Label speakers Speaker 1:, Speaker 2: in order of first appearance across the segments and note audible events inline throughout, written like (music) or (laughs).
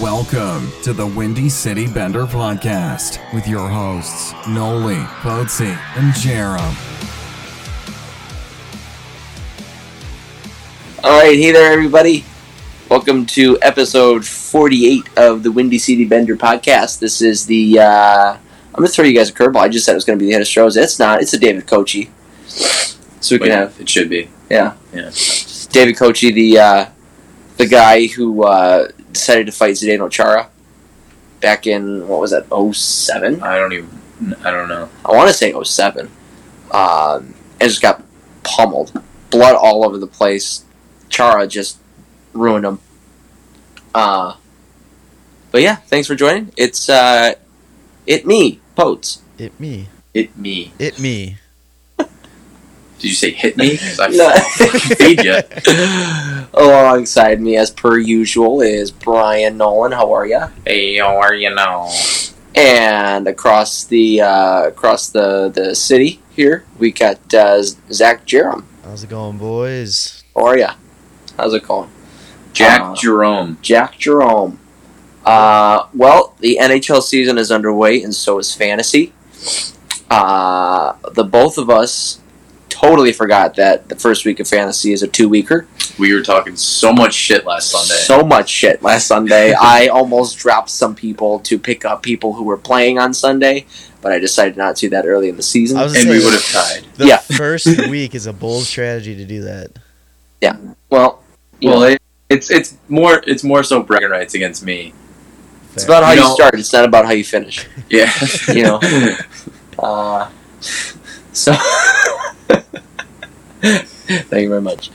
Speaker 1: Welcome to the Windy City Bender podcast with your hosts, Noli, Boatsy, and Jerem.
Speaker 2: All right, hey there, everybody. Welcome to episode 48 of the Windy City Bender podcast. This is the. Uh, I'm going to throw you guys a curveball. I just said it was going to be the head of Strohs. It's not. It's a David Kochi. So we can
Speaker 3: Well,
Speaker 2: have
Speaker 3: It should be.
Speaker 2: Yeah.
Speaker 3: Yeah.
Speaker 2: David Kochi, the uh, the guy who uh, decided to fight Zdeno Chara back in, what was that, 07?
Speaker 3: I don't even. I don't know.
Speaker 2: I want to say 07. Um, and just got pummeled. Blood all over the place. Chara just ruined him. Uh, but yeah, thanks for joining. It's uh, it me, Potes.
Speaker 4: It me.
Speaker 3: Hit me.
Speaker 4: It me.
Speaker 3: Did you say hit me? 'Cause (laughs) I
Speaker 2: No.
Speaker 3: fucking feed you.
Speaker 2: (laughs) Alongside me, as per usual, is Brian Nolan. How are ya?
Speaker 3: (laughs) Hey, how are you now?
Speaker 2: And across the uh, across the the city here, we got uh, Zach Jerem.
Speaker 4: (laughs) How's it going, boys?
Speaker 2: How are ya? How's it going?
Speaker 3: Jack
Speaker 2: Uh,
Speaker 3: Jerome.
Speaker 2: Jack Jerome. Uh, well, the NHL season is underway, and so is fantasy. Uh, the both of us totally forgot that the first week of fantasy is a two weeker.
Speaker 3: We were talking so much shit last Sunday.
Speaker 2: So much shit last Sunday.
Speaker 3: (laughs)
Speaker 2: I almost dropped some people to pick up people who were playing on Sunday, but I decided not to that early in the season.
Speaker 4: I was-
Speaker 3: and we would have tied.
Speaker 4: The
Speaker 2: Yeah. (laughs)
Speaker 4: first week is a bold strategy to do that.
Speaker 2: well, you
Speaker 3: Well,
Speaker 2: know,
Speaker 3: it, it's it's more it's more so bragging rights against (laughs) me.
Speaker 2: it's about how
Speaker 3: you
Speaker 2: you,
Speaker 3: know-
Speaker 2: start. It's not about how you finish.
Speaker 3: Yeah.
Speaker 2: You
Speaker 3: (laughs)
Speaker 2: know. Uh, so, (laughs) thank you very much.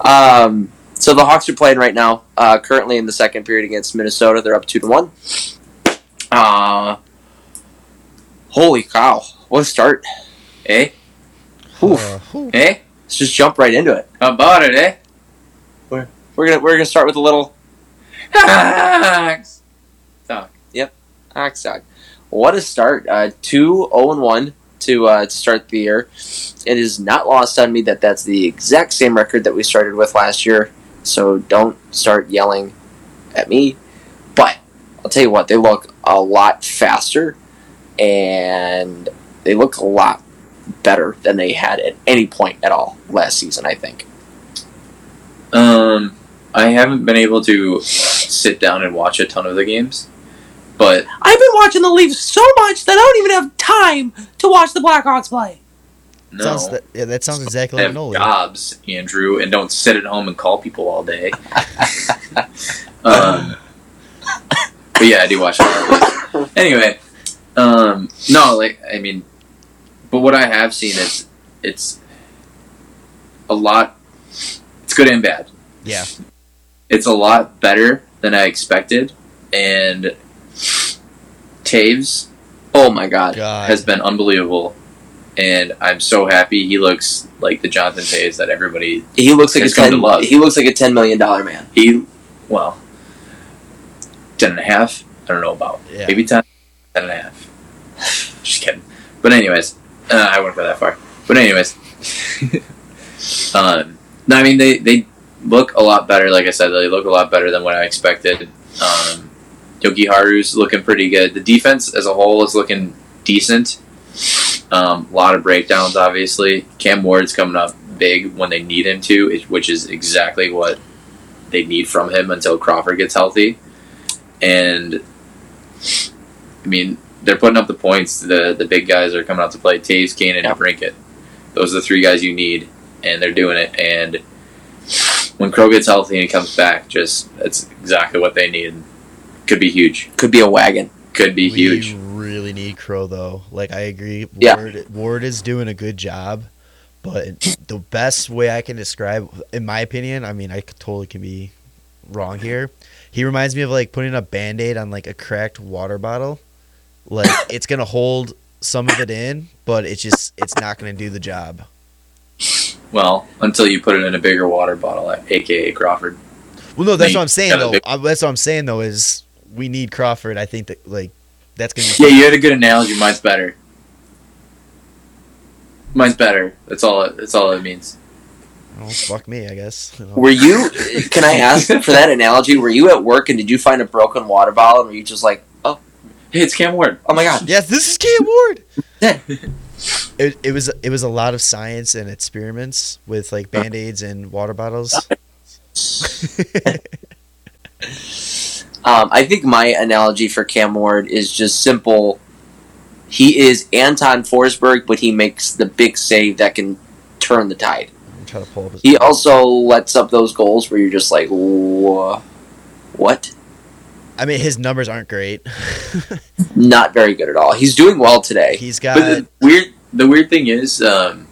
Speaker 2: Um, so the Hawks are playing right now. Uh, currently in the second period against Minnesota, they're up two to one. Uh, holy cow! What a start!
Speaker 3: eh?
Speaker 2: Oof.
Speaker 4: Uh, whew.
Speaker 3: Eh?
Speaker 2: Let's just jump right into it.
Speaker 3: How about it? Eh? (laughs)
Speaker 2: We're gonna we're gonna start with a little
Speaker 3: Hawks.
Speaker 2: Hawks talk. What a start! Uh, two zero and one to uh, to start the year. It is not lost on me that that's the exact same record that we started with last year. So don't start yelling at me. But I'll tell you what, they look a lot faster and they look a lot better than they had at any point at all last season, I think.
Speaker 3: Um, I haven't been able to sit down and watch a ton of the games, but
Speaker 2: I've been watching the Leafs so much that I don't even have time to watch the Blackhawks play.
Speaker 3: no.
Speaker 4: Sounds that, yeah, that sounds exactly like
Speaker 3: have
Speaker 4: Nolan.
Speaker 3: jobs, Andrew, and don't sit at home and call people all day. um, but yeah, I do watch it. anyway, um, no, like I mean, but what I have seen is it's a lot. It's good and bad.
Speaker 4: Yeah.
Speaker 3: It's a lot better than I expected, and Taves
Speaker 2: Oh my god.
Speaker 4: God.
Speaker 3: has been unbelievable. And I'm so happy he looks like the Jonathan Taves that everybody
Speaker 2: He looks like a
Speaker 3: It's come to
Speaker 2: ten
Speaker 3: love.
Speaker 2: he looks like a ten million dollar man.
Speaker 3: He, well, ten and a half. I don't know about
Speaker 4: yeah.
Speaker 3: maybe ten, ten and a half. (laughs) Just kidding. But anyways, uh, I wouldn't go that far. But anyways, um, no, I mean they they look a lot better. Like I said, they look a lot better than what I expected. Um, Yogi Haru's looking pretty good. The defense as a whole is looking decent. Um, a lot of breakdowns, obviously. Cam Ward's coming up big when they need him to, it- which is exactly what they need from him until Crawford gets healthy. And I mean, they're putting up the points. The the big guys are coming out to play. Taves, Kane, and Brinkett. Those are the three guys you need, and they're doing it. And when Crow gets healthy and he comes back, just that's exactly what they need. Could be huge.
Speaker 2: Could be a wagon.
Speaker 3: Could be
Speaker 4: we
Speaker 3: huge.
Speaker 4: really need Crow though. Like I agree.
Speaker 2: Yeah.
Speaker 4: Ward, Ward is doing a good job, but the best way I can describe, in my opinion, I mean I could- totally can be wrong here. He reminds me of like putting a band aid on like a cracked water bottle.
Speaker 3: (coughs)
Speaker 4: Like it's gonna hold some of it in, but it's just it's not gonna do the job.
Speaker 3: Well, until you put it in a bigger water bottle, like, aka Crawford.
Speaker 4: Well, no, that's
Speaker 3: Like,
Speaker 4: what I'm saying
Speaker 3: kind of
Speaker 4: though.
Speaker 3: big-
Speaker 4: I, that's what I'm saying though is we need Crawford. I think that like that's gonna be
Speaker 3: Yeah, you had a good analogy. Mine's better. Mine's better. That's all. It, that's all it means.
Speaker 4: Oh, fuck me, I guess. (laughs) Oh, You know.
Speaker 2: Were you? Can I ask for that analogy? Were you at work and did you find a broken water bottle? And were you just like, oh,
Speaker 3: Hey, it's Cam Ward.
Speaker 2: oh my god?
Speaker 4: Yes, this is
Speaker 2: (laughs)
Speaker 4: Cam Ward.
Speaker 2: Yeah.
Speaker 4: It, it was it was a lot of science and experiments with like band aids and water bottles. (laughs)
Speaker 2: Um, I think my analogy for Cam Ward is just simple. He is Anton Forsberg, but he makes the big save that can turn the tide.
Speaker 4: I'm trying to pull up. His
Speaker 2: He also lets up those goals where you're just like, "Wha- what?
Speaker 4: I mean, his numbers aren't great.
Speaker 2: Not very good at all. He's doing well today.
Speaker 4: He's
Speaker 3: But
Speaker 4: got
Speaker 2: Uh,
Speaker 3: the weird, the weird thing is, um,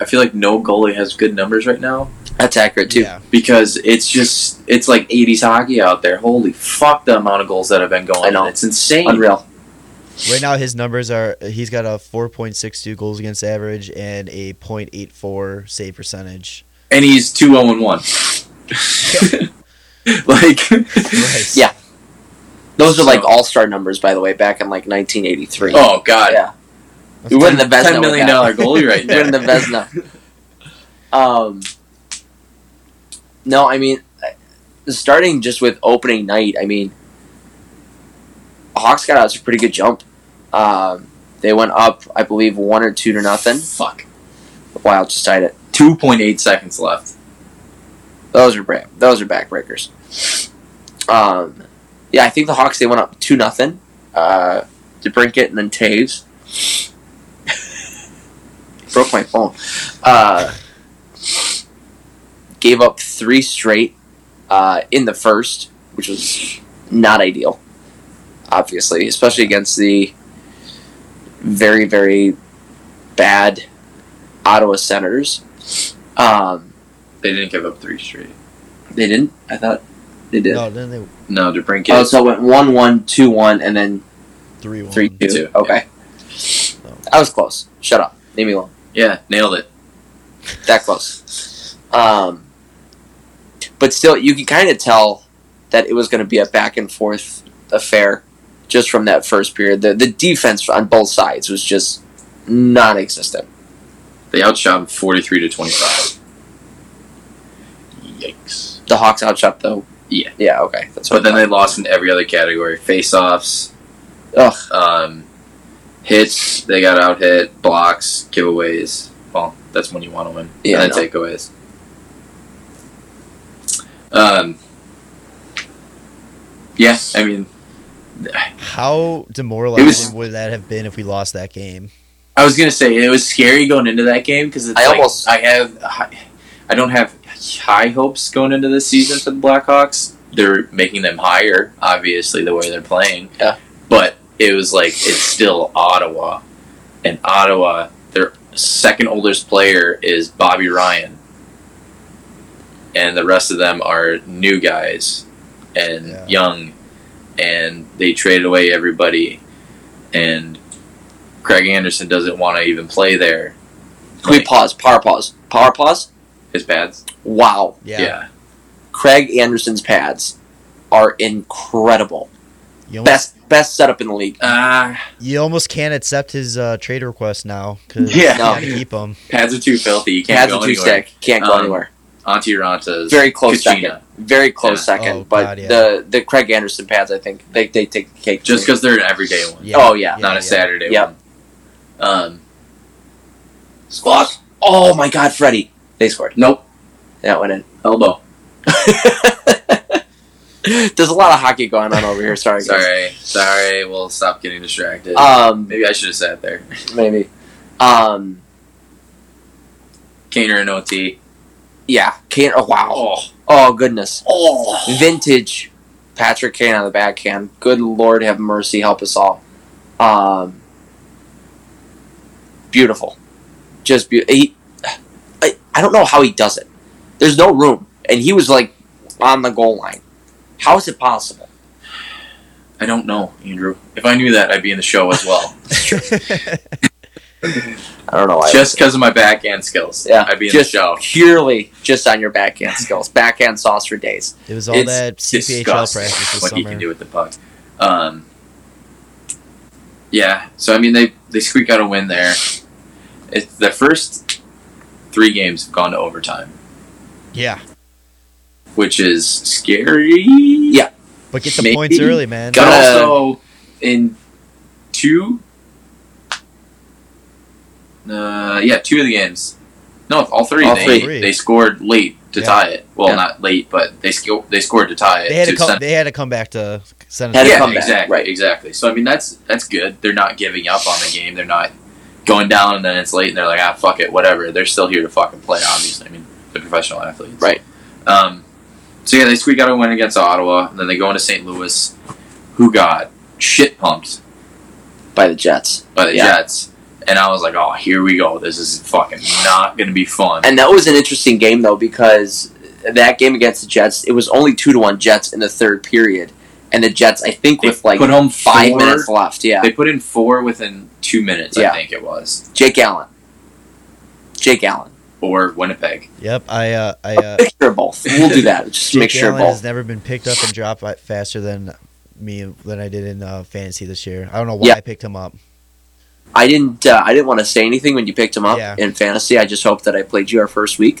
Speaker 3: I feel like no goalie has good numbers right now
Speaker 2: That's accurate too.
Speaker 4: yeah.
Speaker 3: because it's just it's like '80s hockey out there. Holy fuck, the amount of goals that have been going.
Speaker 2: I know.
Speaker 3: It's insane.
Speaker 2: Unreal.
Speaker 4: Right now, his numbers are he's got a 4.62 goals against average and a 0.84 save percentage.
Speaker 3: And he's two zero and one. (laughs) Like,
Speaker 4: (laughs) Christ.
Speaker 2: Yeah. Those are like
Speaker 3: So-
Speaker 2: all star numbers, by the way, back in like 1983.
Speaker 3: oh god,
Speaker 2: yeah. We win the Vesna.
Speaker 3: ten million dollar
Speaker 2: (laughs)
Speaker 3: goalie right
Speaker 2: We
Speaker 3: there.
Speaker 2: win the Vesna. Um, no, I mean, I- starting just with opening night, I mean, Hawks got out to a pretty good jump. Um, they went up, I believe, one or two to nothing.
Speaker 3: (laughs) Fuck.
Speaker 2: The Wild just tied it.
Speaker 3: Two point eight seconds left.
Speaker 2: Those are bra- those are backbreakers. Um, yeah, I think the Hawks they went up two nothing. Uh, DeBrinket and then Taves (laughs) broke my phone. Uh, gave up three straight uh, in the first, which was not ideal. Obviously, especially against the very very bad Ottawa Senators. Um,
Speaker 3: They didn't give up three straight.
Speaker 2: they didn't. I thought they did.
Speaker 4: No, then they
Speaker 3: No, DeBrinket.
Speaker 2: Oh, so it went one one two one and then
Speaker 4: three one.
Speaker 2: three two.
Speaker 3: Two,
Speaker 2: Okay, I was close. Shut up. Leave me alone.
Speaker 3: yeah, nailed it.
Speaker 2: That close. Um, but still, you can kind of tell that it was going to be a back and forth affair just from that first period. The the defense on both sides was just non-existent.
Speaker 3: They outshot him forty three to twenty five. Yikes.
Speaker 2: The Hawks outshot though.
Speaker 3: Yeah.
Speaker 2: Yeah. Okay. That's
Speaker 3: But
Speaker 2: what.
Speaker 3: then they lost in every other category: face-offs,
Speaker 2: Ugh.
Speaker 3: um, hits. They got out hit, blocks, giveaways. Well, that's when you want to win.
Speaker 2: Yeah,
Speaker 3: and
Speaker 2: I
Speaker 3: then takeaways. Um. Yeah, I mean,
Speaker 4: How demoralizing
Speaker 3: was-
Speaker 4: would that have been if we lost that game?
Speaker 3: I was gonna say it was scary going into that game because
Speaker 2: I
Speaker 3: I
Speaker 2: almost-
Speaker 3: almost I have high, I don't have high hopes going into this season for the Blackhawks. They're making them higher, obviously, the way they're playing.
Speaker 2: Yeah.
Speaker 3: But it was like it's still Ottawa, and Ottawa, their second oldest player is Bobby Ryan, and the rest of them are new guys and
Speaker 4: Yeah.
Speaker 3: young, and they traded away everybody, and Craig Anderson doesn't want to even play there.
Speaker 2: Can we
Speaker 3: Like,
Speaker 2: pause. Power pause. Power pause.
Speaker 3: his pads.
Speaker 2: Wow.
Speaker 4: Yeah,
Speaker 2: Craig Anderson's pads are incredible.
Speaker 4: You, almost,
Speaker 2: best best setup in the league.
Speaker 3: Ah,
Speaker 4: you almost can't accept his uh, trade request now because
Speaker 3: Yeah.
Speaker 4: you gotta
Speaker 2: No.
Speaker 4: keep him.
Speaker 3: pads are too filthy. You can't
Speaker 2: Pads
Speaker 3: go
Speaker 2: are too
Speaker 3: anywhere.
Speaker 2: sick. Can't go
Speaker 3: Um,
Speaker 2: anywhere.
Speaker 3: Auntie Ranta's
Speaker 2: Very close
Speaker 3: Kachina.
Speaker 2: second. Very close
Speaker 3: Yeah.
Speaker 2: second.
Speaker 4: Oh,
Speaker 2: but
Speaker 4: God, yeah.
Speaker 2: the the Craig Anderson pads, I think they they take the cake.
Speaker 3: Just because they're an everyday one,
Speaker 4: Yeah,
Speaker 2: Oh, yeah.
Speaker 3: not a Saturday
Speaker 2: Yeah.
Speaker 3: one. Um,
Speaker 2: Fuck. Oh my God, Freddie. They scored.
Speaker 3: nope.
Speaker 2: That went in. (laughs)
Speaker 3: Elbow.
Speaker 2: There's a lot of hockey going on over here. Sorry, guys.
Speaker 3: Sorry, sorry. We'll stop getting distracted.
Speaker 2: Um,
Speaker 3: Maybe I should have sat there.
Speaker 2: maybe. Um,
Speaker 3: Kaner and OT.
Speaker 2: yeah. Kane. Oh wow.
Speaker 3: Oh,
Speaker 2: Oh goodness.
Speaker 3: oh.
Speaker 2: Vintage. Patrick Kane on the backhand. Good Lord, have mercy, help us all. Um, beautiful. just be- he, I, I don't know how he does it. There's no room, and he was like on the goal line. How is it possible?
Speaker 3: I don't know, Andrew. If I knew that, I'd be in the show as well.
Speaker 2: I don't know. Why
Speaker 3: just because of my backhand skills,
Speaker 2: Yeah,
Speaker 3: I'd be in
Speaker 2: just
Speaker 3: the show.
Speaker 2: purely just on your backhand skills, backhand sauce for days.
Speaker 4: (laughs) it was all
Speaker 3: It's
Speaker 4: that CPHL
Speaker 3: disgusting
Speaker 4: practice this
Speaker 3: what he
Speaker 4: summer.
Speaker 3: can do with the puck. Um, yeah, so I mean they they squeak out a win there. It's the first three games have gone to overtime,
Speaker 4: Yeah,
Speaker 3: which is scary.
Speaker 4: but get the
Speaker 3: Maybe.
Speaker 4: points early, man.
Speaker 3: But
Speaker 2: Gotta-
Speaker 3: also in two, uh, yeah, two of the games. No, all three.
Speaker 2: All
Speaker 3: they,
Speaker 4: three.
Speaker 3: they scored late to
Speaker 4: Yeah.
Speaker 3: tie it. Well,
Speaker 4: Yeah.
Speaker 3: not late, but they sco- they scored to tie it.
Speaker 4: They had to
Speaker 3: to
Speaker 4: come.
Speaker 3: send-
Speaker 4: They had to come back to send
Speaker 2: Had
Speaker 4: us.
Speaker 2: to
Speaker 3: yeah,
Speaker 2: come back,
Speaker 3: exactly,
Speaker 2: right.
Speaker 3: exactly. So I mean, that's that's good. They're not giving up on the game. They're not going down and then it's late and they're like, ah, fuck it, whatever. They're still here to fucking play. Obviously, I mean, they're professional athletes,
Speaker 2: Right.
Speaker 3: Um, so yeah, they squeak out a win against Ottawa, and then they go into St. Louis, who got shit pumped
Speaker 2: by the Jets.
Speaker 3: by the
Speaker 2: Yeah.
Speaker 3: Jets. And I was like, oh, here we go. This is fucking not going to be fun.
Speaker 2: And that was an interesting game though because that game against the Jets, it was only two to one Jets in the third period, and the Jets, I think,
Speaker 3: They
Speaker 2: with like
Speaker 3: put home
Speaker 2: five
Speaker 3: four-
Speaker 2: minutes left. Yeah,
Speaker 3: They put in four within two minutes,
Speaker 2: Yeah.
Speaker 3: I think it was,
Speaker 2: Jake Allen, Jake Allen,
Speaker 3: or Winnipeg.
Speaker 4: Yep, I uh, I uh,
Speaker 2: picture of both. We'll do that. Just
Speaker 4: Jake
Speaker 2: make sure
Speaker 4: Allen
Speaker 2: of both.
Speaker 4: has never been picked up and dropped by- faster than me than I did in uh, fantasy this year. I don't know why
Speaker 2: Yeah.
Speaker 4: I picked him up.
Speaker 2: I didn't. Uh, I didn't want to say anything when you picked him up
Speaker 4: Yeah.
Speaker 2: in fantasy. I just hope that I played you our first
Speaker 4: (laughs)
Speaker 2: week.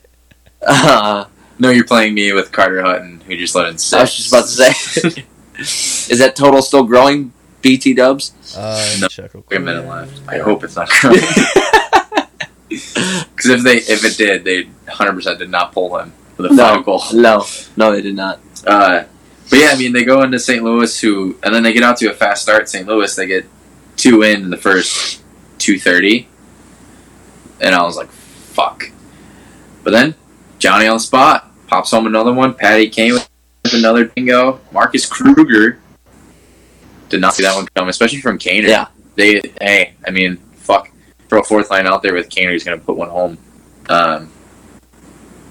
Speaker 2: (laughs) uh,
Speaker 3: No, you're playing me with Carter Hutton, who just let in six.
Speaker 2: I was just about
Speaker 3: (laughs)
Speaker 2: to say, is that total still growing? BT Dubs.
Speaker 4: Uh,
Speaker 3: No.
Speaker 4: check real
Speaker 3: Wait
Speaker 4: quick.
Speaker 3: a minute left. I hope it's not
Speaker 2: (laughs)
Speaker 3: growing. (laughs) Because if they if it did, they 100 percent did not pull him for the
Speaker 2: No.
Speaker 3: final goal.
Speaker 2: No, no, they did not.
Speaker 3: Uh, but yeah, I mean they go into St. Louis, who and then they get out to a fast start. St. Louis, they get two in, in the first 2:30, and I was like, fuck. But then Johnny on the spot pops home another one. Patty Kane with another bingo. Marcus Kruger did not see that one coming, especially from Kane.
Speaker 2: Yeah.
Speaker 3: They hey, I mean, fuck. Throw a fourth line out there with Kaner, he's gonna put one home. Um,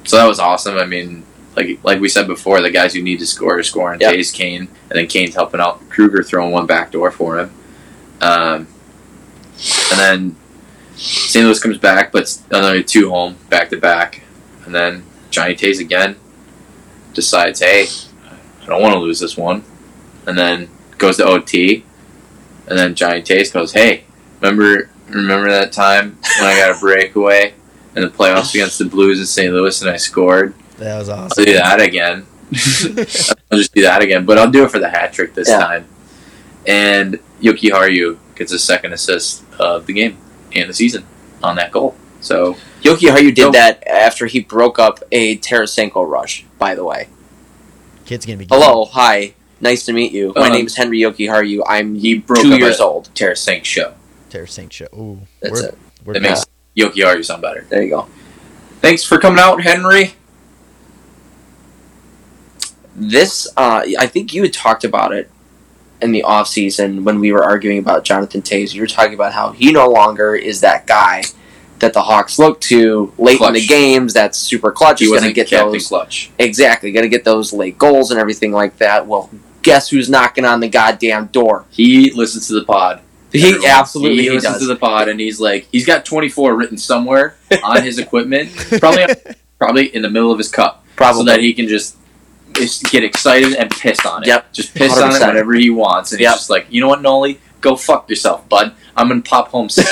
Speaker 3: so that was awesome. I mean, like like we said before, the guys who need to score are scoring.
Speaker 2: Yep.
Speaker 3: Tay's Kane, and then Kane's helping out Kruger throwing one back door for him. Um, and then St. Louis comes back, but another two home back to back, and then Johnny Tays again decides, hey, I don't want to lose this one, and then goes to OT, and then Johnny Tays goes, hey, remember remember that time when I got a breakaway in the playoffs against the Blues in St. Louis and I scored?
Speaker 4: That was
Speaker 3: I'll
Speaker 4: awesome.
Speaker 3: do
Speaker 2: (laughs)
Speaker 3: that again. I'll just do that again, but I'll do it for the hat trick this
Speaker 2: Yeah.
Speaker 3: time. And Yoki Haru gets his second assist of the game and the season on that goal. So
Speaker 2: Yoki Haru did
Speaker 3: No.
Speaker 2: that after he broke up a Tarasenko rush. By the way,
Speaker 4: (laughs) Kid's gonna be good.
Speaker 2: hello, hi, nice to meet you. My
Speaker 3: Um,
Speaker 2: name is Henry Yoki Haru. I'm
Speaker 3: he broke
Speaker 2: two
Speaker 3: up
Speaker 2: years
Speaker 3: a
Speaker 2: old.
Speaker 3: Tarasenko show.
Speaker 4: Terror Saint show. Ooh,
Speaker 2: That's
Speaker 4: we're,
Speaker 2: it.
Speaker 4: We're
Speaker 3: That makes Yoki Haru sound better.
Speaker 2: There you go.
Speaker 3: Thanks for coming out, Henry.
Speaker 2: This, uh, I think you had talked about it in the off season when we were arguing about Jonathan Taves. You were talking about how he no longer is that guy that the Hawks look to late in the
Speaker 3: Clutch.
Speaker 2: games. That's super clutch.
Speaker 3: He
Speaker 2: He's going to
Speaker 3: wasn't
Speaker 2: get
Speaker 3: Captain
Speaker 2: those
Speaker 3: Clutch.
Speaker 2: exactly. Going to get those late goals and everything like that. Well, guess who's knocking on the goddamn door?
Speaker 3: (laughs) He listens to the pod.
Speaker 2: He
Speaker 3: Everyone.
Speaker 2: absolutely
Speaker 3: he
Speaker 2: he
Speaker 3: listens
Speaker 2: does.
Speaker 3: to the pod and he's like he's got 24 written somewhere on his equipment, (laughs) probably
Speaker 4: (laughs)
Speaker 3: probably in the middle of his cup.
Speaker 2: Probably.
Speaker 3: so that he can just, just get excited and pissed on it.
Speaker 2: Yep.
Speaker 3: Just piss on it
Speaker 2: 100%.
Speaker 3: whenever he wants, and
Speaker 2: Yep.
Speaker 3: he's just like, you know what, Noli, go fuck yourself, bud. I'm gonna pop
Speaker 2: (laughs)
Speaker 3: home six,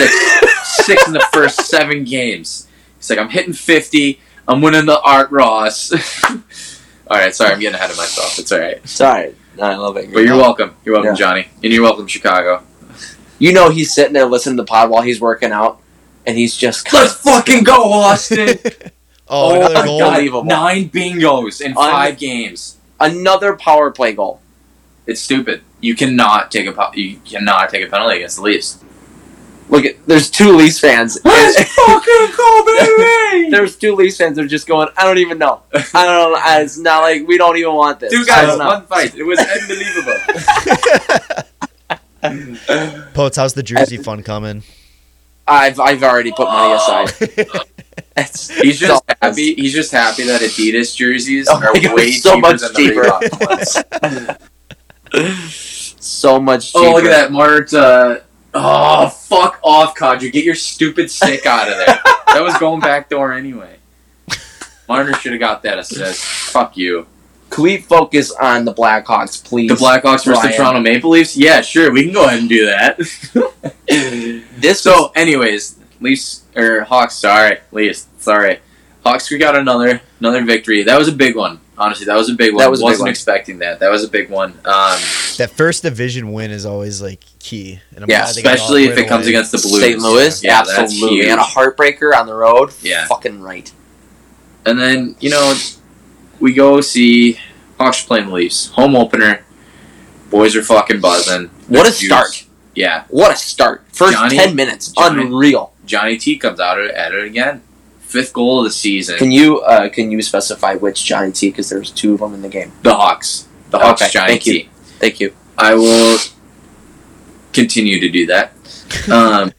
Speaker 3: six in the first seven games. He's like, I'm hitting fifty. I'm winning the Art Ross. (laughs) all right, sorry, I'm getting ahead of myself. It's all right,
Speaker 2: (laughs) Sorry, No, I love it.
Speaker 3: but you're
Speaker 2: welcome.
Speaker 3: welcome. You're welcome,
Speaker 2: Yeah.
Speaker 3: Johnny, and you're welcome, Chicago.
Speaker 2: You know he's sitting there listening to the pod while he's working out, and he's just
Speaker 3: Let's fucking go, Austin!
Speaker 4: (laughs) oh, another
Speaker 3: my
Speaker 4: goal.
Speaker 3: God,
Speaker 2: Unbelievable.
Speaker 3: Nine bingos in
Speaker 2: Un-
Speaker 3: five games.
Speaker 2: another power play goal.
Speaker 3: It's stupid. You cannot take a po- you cannot take a penalty against the Leafs.
Speaker 2: Look, at, there's two Leafs
Speaker 3: (laughs)
Speaker 2: fans. (laughs)
Speaker 3: fucking (laughs) go, baby!
Speaker 2: there's two Leafs fans. They're just going. I don't even know. I don't. know. I- It's not like we don't even want this.
Speaker 3: Two
Speaker 2: I
Speaker 3: guys,
Speaker 2: don't know.
Speaker 3: uh, one fight. It was unbelievable.
Speaker 4: (laughs)
Speaker 2: (laughs)
Speaker 4: Poets, how's the Jersey fun coming?
Speaker 3: (laughs)
Speaker 2: I've I've already put money aside. (laughs) It's-
Speaker 3: He's just
Speaker 2: it's-
Speaker 3: happy. He's just happy that Adidas jerseys
Speaker 2: Oh my
Speaker 3: are
Speaker 2: God,
Speaker 3: way
Speaker 2: so
Speaker 3: cheaper
Speaker 2: much
Speaker 3: than
Speaker 2: cheaper.
Speaker 3: the
Speaker 2: (laughs)
Speaker 3: Reebok ones.
Speaker 2: So much. Cheaper.
Speaker 3: Oh, look at that, Mart. Uh, oh, fuck off, Kadri. Get your stupid stick out of there. that was going back door anyway. Marner should have got that assist. Fuck you.
Speaker 2: (laughs) Can we focus on the Blackhawks, please?
Speaker 3: The Blackhawks versus the
Speaker 2: Ryan.
Speaker 3: Toronto (laughs) Maple Leafs? Yeah, sure. We can go ahead and do that.
Speaker 2: (laughs) This
Speaker 3: so, anyways, Leafs or Hawks. Sorry, Leafs. Sorry, Hawks. We got another another victory. That was a big one. Honestly, that was a big one.
Speaker 2: That was a big
Speaker 3: wasn't
Speaker 2: one.
Speaker 3: expecting that. That was a big one. Um,
Speaker 4: That first division win is always like key. And I'm
Speaker 3: yeah,
Speaker 4: glad they got
Speaker 3: especially
Speaker 4: all
Speaker 3: if
Speaker 4: right
Speaker 3: it comes
Speaker 4: away.
Speaker 3: against the Blues.
Speaker 2: St. Louis,
Speaker 3: yeah, that's
Speaker 2: absolutely,
Speaker 3: huge.
Speaker 2: and a heartbreaker on the road.
Speaker 3: Yeah.
Speaker 2: fucking right.
Speaker 3: And then, you know, we go see Hawks playing the Leafs. Home opener. Boys are fucking buzzing.
Speaker 2: What a
Speaker 3: Juice.
Speaker 2: start!
Speaker 3: Yeah.
Speaker 2: What a start! First
Speaker 3: Johnny-
Speaker 2: ten minutes,
Speaker 3: Johnny-
Speaker 2: unreal.
Speaker 3: Johnny T comes out at it again. Fifth goal of the season.
Speaker 2: Can you uh, can you specify which Johnny T? Because there's two of them in the game.
Speaker 3: the Hawks. The Hawks
Speaker 2: Okay,
Speaker 3: Johnny
Speaker 2: thank you.
Speaker 3: T.
Speaker 2: Thank you.
Speaker 3: I will continue to do that. Um,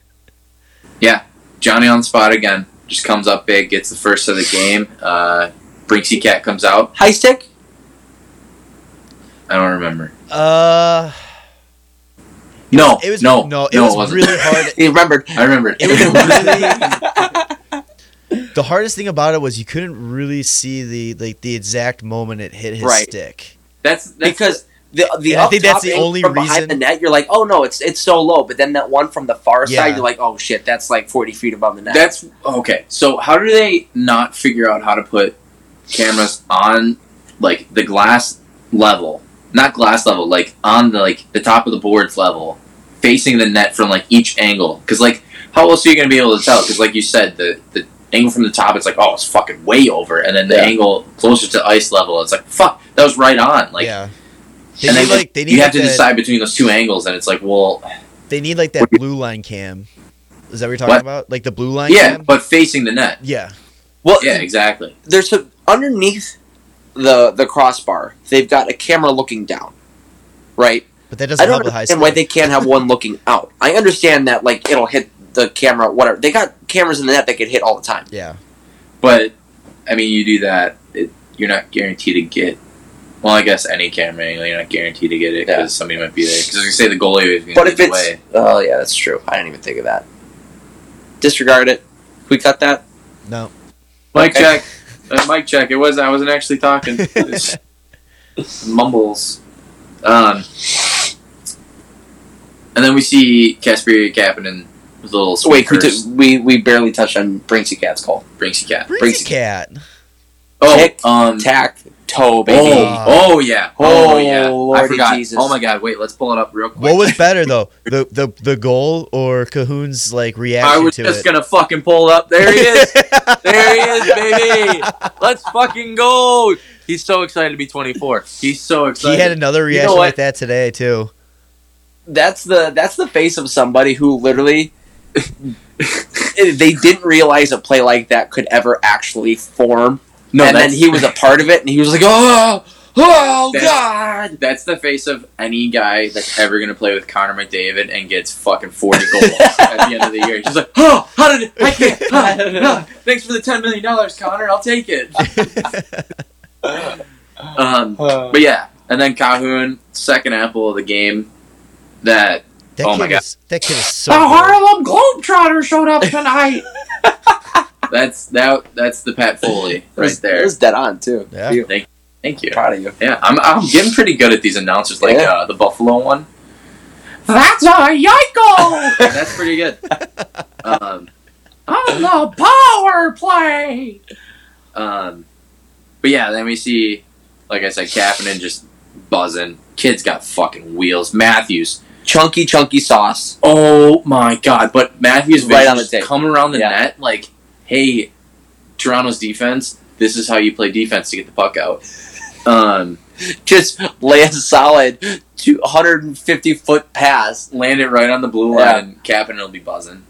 Speaker 3: yeah. Johnny on the spot again. Just comes up big, gets the first of the game. Uh, Brinksy Cat comes out.
Speaker 2: High stick.
Speaker 3: I don't remember.
Speaker 4: (laughs) Uh,
Speaker 3: No,
Speaker 4: it was
Speaker 3: no,
Speaker 4: no, it
Speaker 3: no,
Speaker 4: was
Speaker 3: wasn't.
Speaker 4: really
Speaker 2: (laughs)
Speaker 4: hard.
Speaker 2: He remembered.
Speaker 3: I remember.
Speaker 4: It
Speaker 2: (laughs)
Speaker 4: was The hardest thing about it was you couldn't really see the like the exact moment it hit his
Speaker 2: Right.
Speaker 4: stick.
Speaker 3: that's, that's
Speaker 2: because the the
Speaker 4: And I
Speaker 2: up
Speaker 4: think that's
Speaker 2: top
Speaker 4: the
Speaker 2: angle
Speaker 4: only
Speaker 2: from
Speaker 4: reason-
Speaker 2: behind the net. You're like, oh no, it's it's so low. But then that one from the far
Speaker 4: Yeah.
Speaker 2: side, you're like, oh shit, that's like forty feet above the net.
Speaker 3: That's okay. So how do they not figure out how to put cameras on like the glass level? Not glass level, like on the like the top of the boards level, facing the net from like each angle. Because like how else are you gonna be able to tell? Because like you said, the the angle from the top, it's like oh, it's fucking way over, and then the
Speaker 2: Yeah.
Speaker 3: angle closer to ice level, it's like fuck, that was right on. Like
Speaker 4: yeah, they
Speaker 3: and
Speaker 4: need
Speaker 3: then
Speaker 4: like they need
Speaker 3: you
Speaker 4: like
Speaker 3: have to
Speaker 4: that,
Speaker 3: decide between those two angles, and it's like well,
Speaker 4: They need like that blue line cam. Is that what you're talking
Speaker 3: What?
Speaker 4: about? Like um, the blue line?
Speaker 3: yeah,
Speaker 4: Cam?
Speaker 3: but facing the net.
Speaker 4: Yeah.
Speaker 2: well,
Speaker 3: Yeah, exactly.
Speaker 2: there's a, underneath the the crossbar. They've got a camera looking down, right?
Speaker 4: But that
Speaker 2: I
Speaker 4: doesn't
Speaker 2: don't
Speaker 4: help with high
Speaker 2: understand why
Speaker 4: stick.
Speaker 2: they can't have one looking out. I understand that like it'll hit the camera, whatever. They got cameras in the net that get hit all the time.
Speaker 4: yeah.
Speaker 3: But I mean, you do that, it, you're not guaranteed to get. Well, I guess any camera angle, you're not guaranteed to get it because
Speaker 2: Yeah.
Speaker 3: somebody might be there. Because you say the goalie is going to
Speaker 2: But if
Speaker 3: get
Speaker 2: it's
Speaker 3: away.
Speaker 2: oh yeah, that's true. I didn't even think of that. Disregard it. Can we cut that.
Speaker 4: No.
Speaker 3: Mic
Speaker 2: Okay.
Speaker 3: check, uh, mic check. It was I wasn't
Speaker 2: (laughs)
Speaker 3: actually talking. It's- Mumbles. Um, and then we see Casper Kapanen with a little
Speaker 2: Wait, we,
Speaker 3: swing first,
Speaker 2: t- we we barely touched on Brinksy Cat's call.
Speaker 3: Brinksy cat.
Speaker 4: Breezy
Speaker 2: Brings-
Speaker 4: cat.
Speaker 3: Oh,
Speaker 2: Tick,
Speaker 3: um,
Speaker 2: Tack toe baby.
Speaker 3: oh, oh yeah, oh,
Speaker 2: Oh,
Speaker 3: yeah. I
Speaker 2: Lordy
Speaker 3: forgot.
Speaker 2: Jesus.
Speaker 3: Oh my god, wait, let's pull it up real quick.
Speaker 4: What was better though? The the the goal or Cahoon's like
Speaker 3: I
Speaker 4: reaction
Speaker 3: was
Speaker 4: to
Speaker 3: just
Speaker 4: it?
Speaker 3: gonna fucking pull up. There he is.
Speaker 4: (laughs)
Speaker 3: there he is, baby. Let's fucking go. He's so excited to be 24. He's so
Speaker 4: he
Speaker 3: excited.
Speaker 4: had another
Speaker 3: You know
Speaker 4: reaction
Speaker 3: what?
Speaker 4: like that today too.
Speaker 2: That's the that's the face of somebody who literally they didn't realize a play like that could ever actually form.
Speaker 3: no,
Speaker 2: and then
Speaker 3: that's,
Speaker 2: he was a part of it, and he was like, "Oh, oh
Speaker 3: That's-
Speaker 2: God!"
Speaker 3: that's the face of any guy that's ever gonna play with Connor McDavid and gets fucking 40 goals at the end of the year. He's just like, oh, how did it? I (laughs) can't. huh, huh. Thanks for the 10 million dollars, Connor. I'll take it. Um, but yeah, and then Calhoun, second apple of the game. That
Speaker 4: That
Speaker 3: Oh
Speaker 4: kid
Speaker 3: my God.
Speaker 4: is that kid is so good.
Speaker 3: Harlem Globetrotter showed up tonight. that's that. That's the Pat Foley
Speaker 2: It
Speaker 3: right
Speaker 2: was- It
Speaker 3: there.
Speaker 2: was dead on too.
Speaker 4: Yeah.
Speaker 2: Phew.
Speaker 3: Thank you.
Speaker 2: proud of you.
Speaker 3: Yeah, I'm, I'm getting pretty good at these announcers, like
Speaker 2: Yeah.
Speaker 3: uh, the Buffalo one.
Speaker 5: That's a yoiko
Speaker 3: That's
Speaker 2: (laughs)
Speaker 3: pretty good. um,
Speaker 5: on the power play.
Speaker 3: um, but yeah, then we see, like I said, Kapanen just buzzing. Kid's got fucking wheels. Matthews.
Speaker 2: Chunky, chunky sauce.
Speaker 3: Oh my god! But Matthews
Speaker 2: Right
Speaker 3: vision
Speaker 2: on the
Speaker 3: just
Speaker 2: tape.
Speaker 3: coming around the
Speaker 2: Yeah.
Speaker 3: net like, hey, Toronto's defense. This is how you play defense to get the puck out. Um,
Speaker 2: (laughs) Just lay a solid 150 foot pass.
Speaker 3: land it right on the blue
Speaker 2: Yeah.
Speaker 3: line, and Kapanen will be buzzing.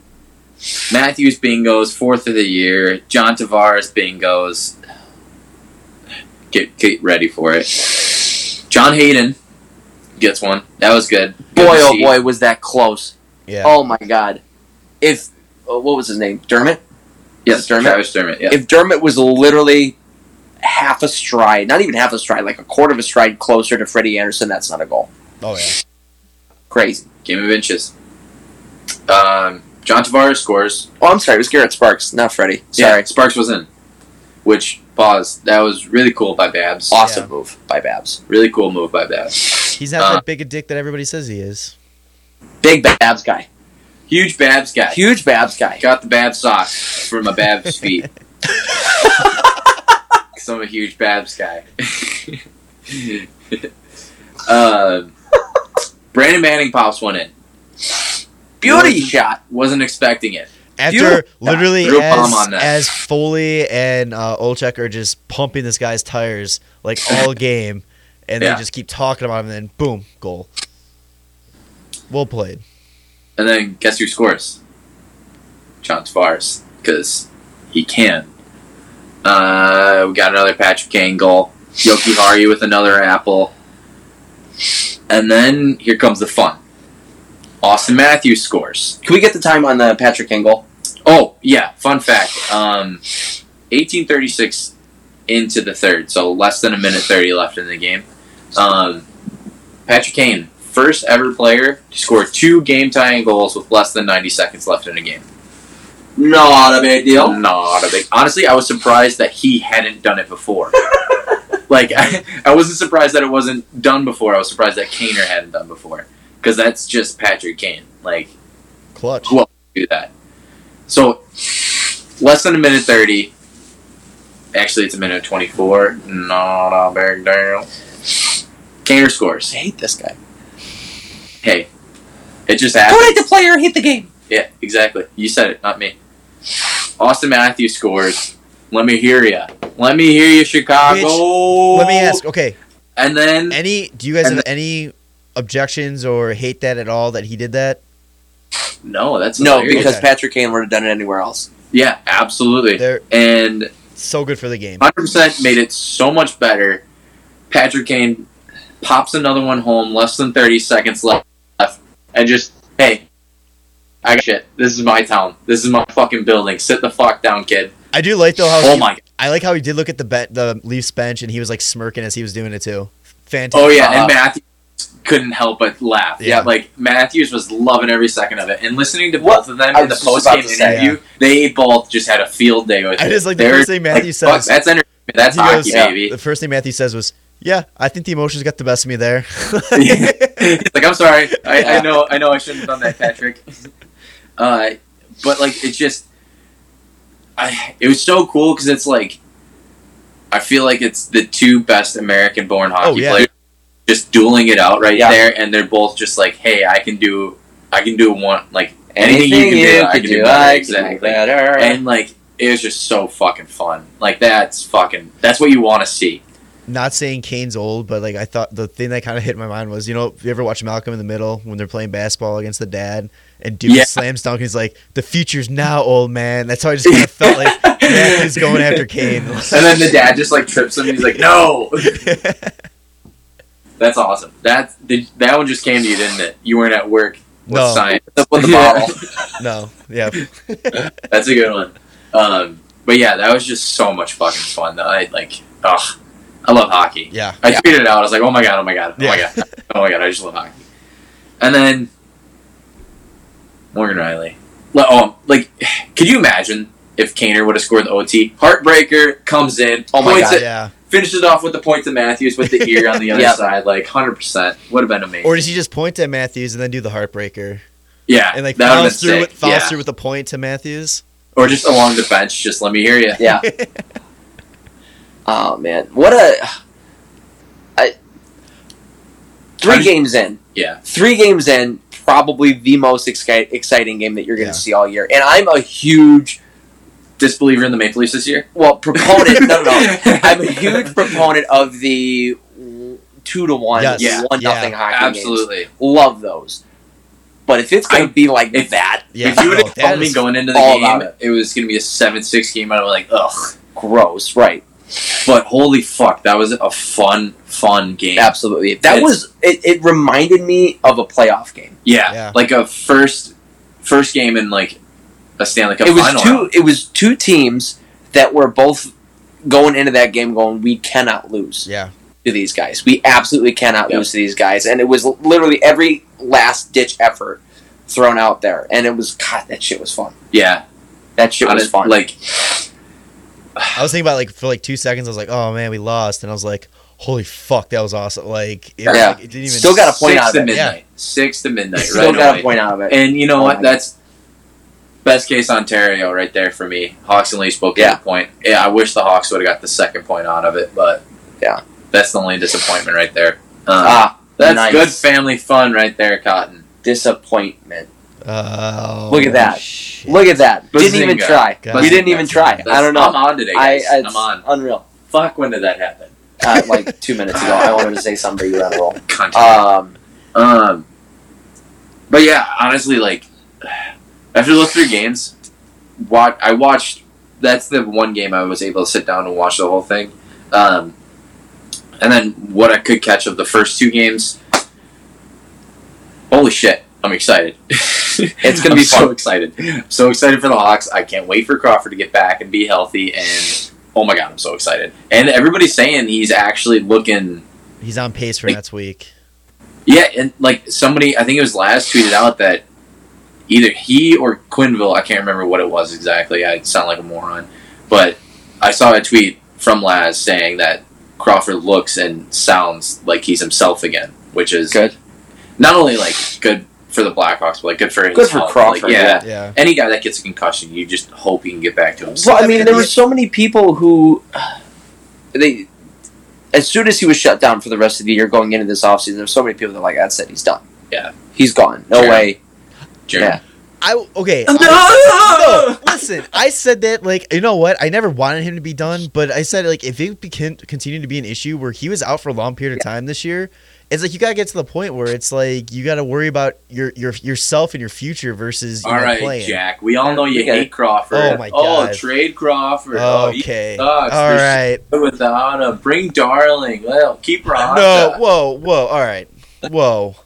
Speaker 3: Matthews bingos, fourth of the year. John Tavares bingos. Get get ready for it. John Hayden gets one. That was good. Good
Speaker 2: Boy,
Speaker 3: to
Speaker 2: oh
Speaker 3: see.
Speaker 2: boy, was that close.
Speaker 4: Yeah.
Speaker 2: Oh my God. If, uh, what was his name? Dermot?
Speaker 3: Yes,
Speaker 2: Dermott?
Speaker 3: Travis Dermott. Yeah.
Speaker 2: If Dermot was literally half a stride, not even half a stride, like a quarter of a stride closer to Freddie Anderson, that's not a goal.
Speaker 4: Oh yeah.
Speaker 2: Crazy.
Speaker 3: Game of inches. Um, John Tavares scores.
Speaker 2: Oh, I'm sorry. It was Garrett Sparks, not Freddie. Sorry.
Speaker 3: Yeah, Sparks was in. Which pause. That was really cool by Babs.
Speaker 2: Awesome
Speaker 4: Yeah.
Speaker 2: move by Babs.
Speaker 3: Really cool move by Babs.
Speaker 4: He's not
Speaker 3: Uh,
Speaker 4: that big a dick that everybody says he is.
Speaker 2: Big Babs guy.
Speaker 3: Huge Babs guy.
Speaker 2: Huge Babs guy.
Speaker 3: Got the Babs socks for my Babs feet. Because I'm a huge Babs guy. (laughs) Um Brandon Manning pops one in.
Speaker 2: Beauty
Speaker 3: Wasn't-
Speaker 2: shot.
Speaker 3: Wasn't expecting it.
Speaker 2: You-
Speaker 4: After literally
Speaker 3: Threw a bomb
Speaker 4: as,
Speaker 3: on that.
Speaker 4: as Foley and uh, Olchek are just pumping this guy's tires like
Speaker 3: (laughs)
Speaker 4: all game, and
Speaker 3: Yeah.
Speaker 4: they just keep talking about him, and then boom, goal. Well played.
Speaker 3: And then guess who scores? John Tavares, because he can. Uh, we got another Patrick Kane goal. Yoki Hari with another apple. And then here comes the fun. Austin Matthews scores.
Speaker 2: Can we get the time on the Patrick Engel?
Speaker 3: Oh, yeah, fun fact. Um, 1836 into the third, so less than a minute 30 left in the game. Um, Patrick Kane, first ever player to score two game tying goals with less than 90 seconds left in a game.
Speaker 2: Not a big deal.
Speaker 3: Not a big. Honestly, I was surprised that he hadn't done
Speaker 2: (laughs)
Speaker 3: it before. like, I, I wasn't surprised that it wasn't done before. I was surprised that Kaner hadn't done before because that's just Patrick Kane. Like,
Speaker 4: Clutch.
Speaker 3: Who- do that. So, less than a minute thirty. Actually, it's a minute twenty-four. Not a big deal. Kaner
Speaker 2: I
Speaker 3: scores.
Speaker 2: hate this guy.
Speaker 3: Hey, it just happened.
Speaker 2: the player hit the game.
Speaker 3: Yeah, exactly. You said it, not me. Austin Matthews scores. Let me hear ya. Let me hear you, Chicago.
Speaker 4: Let me ask. Okay,
Speaker 3: And then
Speaker 4: any? Do you guys
Speaker 3: And
Speaker 4: have any objections or hate that at all that he did that?
Speaker 3: no, that's
Speaker 2: No,
Speaker 3: hilarious.
Speaker 2: because
Speaker 4: Okay.
Speaker 2: Patrick Kane would have done it anywhere else.
Speaker 3: yeah, absolutely.
Speaker 4: They're
Speaker 3: and
Speaker 4: so good for the game.
Speaker 3: hundred percent made it so much better. Patrick Kane pops another one home, less than thirty seconds left, and just hey, I got shit. This is my town. This is my fucking building. Sit the fuck down, kid.
Speaker 4: I do like though how
Speaker 3: Oh
Speaker 4: he-
Speaker 3: my.
Speaker 4: I like how he did look at the be- the Leafs bench and he was like smirking as he was doing it too. Fantastic.
Speaker 3: Oh yeah,
Speaker 2: Uh,
Speaker 3: and Matthews couldn't help but laugh. Yeah.
Speaker 4: Yeah.
Speaker 3: like Matthews was loving every second of it, and listening to
Speaker 2: What?
Speaker 3: both of them
Speaker 2: I
Speaker 3: in the
Speaker 2: was just
Speaker 3: post
Speaker 2: about
Speaker 3: game
Speaker 2: to say.
Speaker 3: interview, they both just had a field day with
Speaker 4: I
Speaker 3: it.
Speaker 4: just like the
Speaker 3: They were
Speaker 4: first thing Matthew
Speaker 3: "Fuck,
Speaker 4: says.
Speaker 3: That's entertainment. That's
Speaker 4: He
Speaker 3: hockey,
Speaker 4: goes-
Speaker 3: baby.
Speaker 4: The first thing Matthew says was, "Yeah, I think the emotions got the best of me there."
Speaker 3: (laughs)
Speaker 4: (laughs)
Speaker 3: It's like I'm sorry. I, I know I know I shouldn't have done that, Patrick. (laughs) Uh, but like it's just, I it was so cool because it's like, I feel like it's the two best American-born hockey
Speaker 4: yeah.
Speaker 3: players just dueling it out right
Speaker 2: Yeah.
Speaker 3: there, and they're both just like, hey, I can do, I can do one like anything,
Speaker 2: Anything
Speaker 3: you can do, I
Speaker 2: could
Speaker 3: can do, better.
Speaker 2: I could do
Speaker 3: exactly.
Speaker 2: better.
Speaker 3: And like it was just so fucking fun. Like that's fucking that's what you want to see.
Speaker 4: Not saying Kane's old, but like I thought the thing that kind of hit my mind was, you know, you ever watch Malcolm in the Middle when they're playing basketball against the dad and dude
Speaker 3: Yeah.
Speaker 4: slams dunk and he's like, "The future's now, old man." That's how I just kind of
Speaker 3: (laughs)
Speaker 4: felt like Matthew's going after Kane.
Speaker 3: And then
Speaker 4: (laughs)
Speaker 3: the dad just like trips him. And he's like, "No, (laughs) that's awesome." That did, that one just came to you, didn't it? You weren't at work. With
Speaker 4: No.
Speaker 2: (laughs)
Speaker 3: science.
Speaker 2: Up with the
Speaker 3: Yeah.
Speaker 2: bottle.
Speaker 4: no, yeah,
Speaker 3: That's a good one. Um, but yeah, that was just so much fucking fun. I like, ugh, I love hockey.
Speaker 4: yeah.
Speaker 3: I
Speaker 2: Yeah.
Speaker 3: tweeted it out. I was like, "Oh my god! Oh my god! Oh my
Speaker 4: Yeah.
Speaker 3: god! Oh my god! I just love hockey." And then Morgan Riley. Like, oh, like, could you imagine if Kaner would have scored the OT? Heartbreaker comes in.
Speaker 2: Oh my
Speaker 3: points
Speaker 2: God.
Speaker 3: it-
Speaker 4: Yeah.
Speaker 3: finishes off with the point to Matthews with the ear on
Speaker 2: (laughs)
Speaker 3: the other
Speaker 2: Yeah.
Speaker 3: side, like hundred percent. Would have been amazing.
Speaker 4: Or does he just point at Matthews and then do the heartbreaker
Speaker 3: yeah,
Speaker 4: and like
Speaker 3: that would've
Speaker 4: fouls
Speaker 3: been
Speaker 4: through,
Speaker 3: sick,
Speaker 4: with, fouls
Speaker 3: yeah.
Speaker 4: through with a point to Matthews?
Speaker 3: Or just along the bench, just let me hear you. (laughs)
Speaker 2: Yeah. oh man, what a! I three
Speaker 3: I'm-
Speaker 2: games in,
Speaker 3: Yeah,
Speaker 2: three games in, probably the most exci- exciting game that you're going to
Speaker 4: Yeah.
Speaker 2: see all year. And I'm a huge
Speaker 3: disbeliever in the Maple Leafs
Speaker 2: (laughs)
Speaker 3: this year.
Speaker 2: well proponent. no, no,
Speaker 3: (laughs)
Speaker 2: no, I'm a huge proponent of the two to one,
Speaker 4: Yes.
Speaker 3: Yeah.
Speaker 2: one
Speaker 4: Yeah.
Speaker 2: nothing hockey games.
Speaker 3: Absolutely.
Speaker 2: Love those. But if it's going
Speaker 3: I-
Speaker 2: to be like
Speaker 3: if-
Speaker 2: that,
Speaker 4: Yeah.
Speaker 3: if you would
Speaker 4: no,
Speaker 3: have
Speaker 4: that
Speaker 3: told me
Speaker 4: is-
Speaker 3: going into the
Speaker 2: all
Speaker 3: game,
Speaker 2: about
Speaker 3: it. was going to be a seven-six game, I'd be like, ugh.
Speaker 2: gross, right?
Speaker 3: But holy fuck, that was a fun, fun game.
Speaker 2: Absolutely. That
Speaker 3: It's-
Speaker 2: was it, it. Reminded me of a playoff game.
Speaker 3: Yeah,
Speaker 4: Yeah.
Speaker 3: like a first, first game in like a Stanley Cup
Speaker 2: it was
Speaker 3: final.
Speaker 2: two
Speaker 3: round.
Speaker 2: it was two teams that were both going into that game going we cannot lose
Speaker 4: Yeah.
Speaker 2: to these guys we absolutely cannot
Speaker 3: Yep.
Speaker 2: lose to these guys and it was literally every last ditch effort thrown out there and it was god that shit was fun
Speaker 3: Yeah,
Speaker 2: that shit was
Speaker 3: honest-
Speaker 2: fun
Speaker 3: Like
Speaker 4: I was thinking about like for like two seconds. I was like, "Oh man, we lost," and I was like, holy fuck, that was awesome. Like, it,
Speaker 2: Yeah.
Speaker 4: like, it didn't even
Speaker 2: Still got a point
Speaker 3: Six
Speaker 2: out
Speaker 3: to
Speaker 2: of it.
Speaker 3: midnight. Six to midnight.
Speaker 2: Still
Speaker 3: right
Speaker 2: got
Speaker 3: away.
Speaker 2: a point out of it.
Speaker 3: And you know
Speaker 2: Oh
Speaker 3: what?
Speaker 2: my
Speaker 3: That's best case Ontario right there for me. Hawks and Leafs both get
Speaker 2: Yeah.
Speaker 3: a point. Yeah, I wish the Hawks would have got the second point out of it, but
Speaker 2: Yeah.
Speaker 3: that's the only disappointment right there. Uh,
Speaker 2: ah,
Speaker 3: that's
Speaker 2: nice.
Speaker 3: good family fun right there, Cotton.
Speaker 2: disappointment.
Speaker 4: Oh,
Speaker 2: Look at that.
Speaker 4: shit.
Speaker 2: Look at that. Didn't even
Speaker 3: Bazinga.
Speaker 2: try.
Speaker 4: Bazinga.
Speaker 2: We didn't even try.
Speaker 3: That's-
Speaker 2: I don't
Speaker 3: I'm
Speaker 2: know.
Speaker 3: on today,
Speaker 2: I,
Speaker 3: guys. I,
Speaker 2: it's
Speaker 3: am on.
Speaker 2: Unreal.
Speaker 3: Fuck, when did that happen?
Speaker 2: Uh, like two minutes ago, I wanted to say something, but you were on a
Speaker 3: (laughs)
Speaker 2: roll.
Speaker 3: Content.
Speaker 2: Um,
Speaker 3: Um, but yeah, honestly, like after those three games, what I watched. That's the one game I was able to sit down and watch the whole thing. Um, and then what I could catch of the first two games. Holy shit! I'm excited. (laughs) it's gonna
Speaker 2: I'm
Speaker 3: be
Speaker 2: so
Speaker 3: so excited. So excited for the Hawks. I can't wait for Crawford to get back and be healthy. And oh my god, I'm so excited. And everybody's saying he's actually looking
Speaker 4: (laughs) He's on pace for
Speaker 3: Like-
Speaker 4: next week.
Speaker 3: yeah, and like somebody, I think it was last tweeted out that either he or Quinville, I can't remember what it was exactly. I sound like a moron, but I saw a tweet from Laz saying that Crawford looks and sounds like he's himself again, which is
Speaker 2: Good.
Speaker 3: Not only like good for the Blackhawks, but like good for his
Speaker 2: Good for
Speaker 3: health.
Speaker 2: Crawford,
Speaker 3: Like, yeah,
Speaker 4: Yeah.
Speaker 3: any guy that gets a concussion, you just hope he can get back to himself.
Speaker 2: well, I mean, there were so many people who (sighs) they. As soon as he was shut down for the rest of the year going into this offseason, there were so many people that were like, that's it, he's done.
Speaker 3: Yeah.
Speaker 2: He's gone. No
Speaker 3: Yeah.
Speaker 2: way.
Speaker 3: Jared-
Speaker 4: I okay.
Speaker 2: (laughs)
Speaker 4: I-
Speaker 2: No!
Speaker 4: no, listen, I said that like you know what? I never wanted him to be done, but I said like if it became continued to be an issue where he was out for a long period of time this year, it's like you gotta get to the point where it's like you gotta worry about your your yourself and your future versus you
Speaker 3: All
Speaker 4: know,
Speaker 3: right,
Speaker 4: playing.
Speaker 3: Jack. We all know you
Speaker 2: Okay.
Speaker 3: hate Crawford.
Speaker 4: Oh, my
Speaker 3: Oh,
Speaker 4: God.
Speaker 3: trade Crawford. Oh, you
Speaker 4: Okay.
Speaker 3: sucks.
Speaker 4: All
Speaker 3: There's
Speaker 4: right.
Speaker 3: without him. Bring Darling. Well, keep Uh, Ronda.
Speaker 4: No. Whoa. Whoa. All right. Whoa.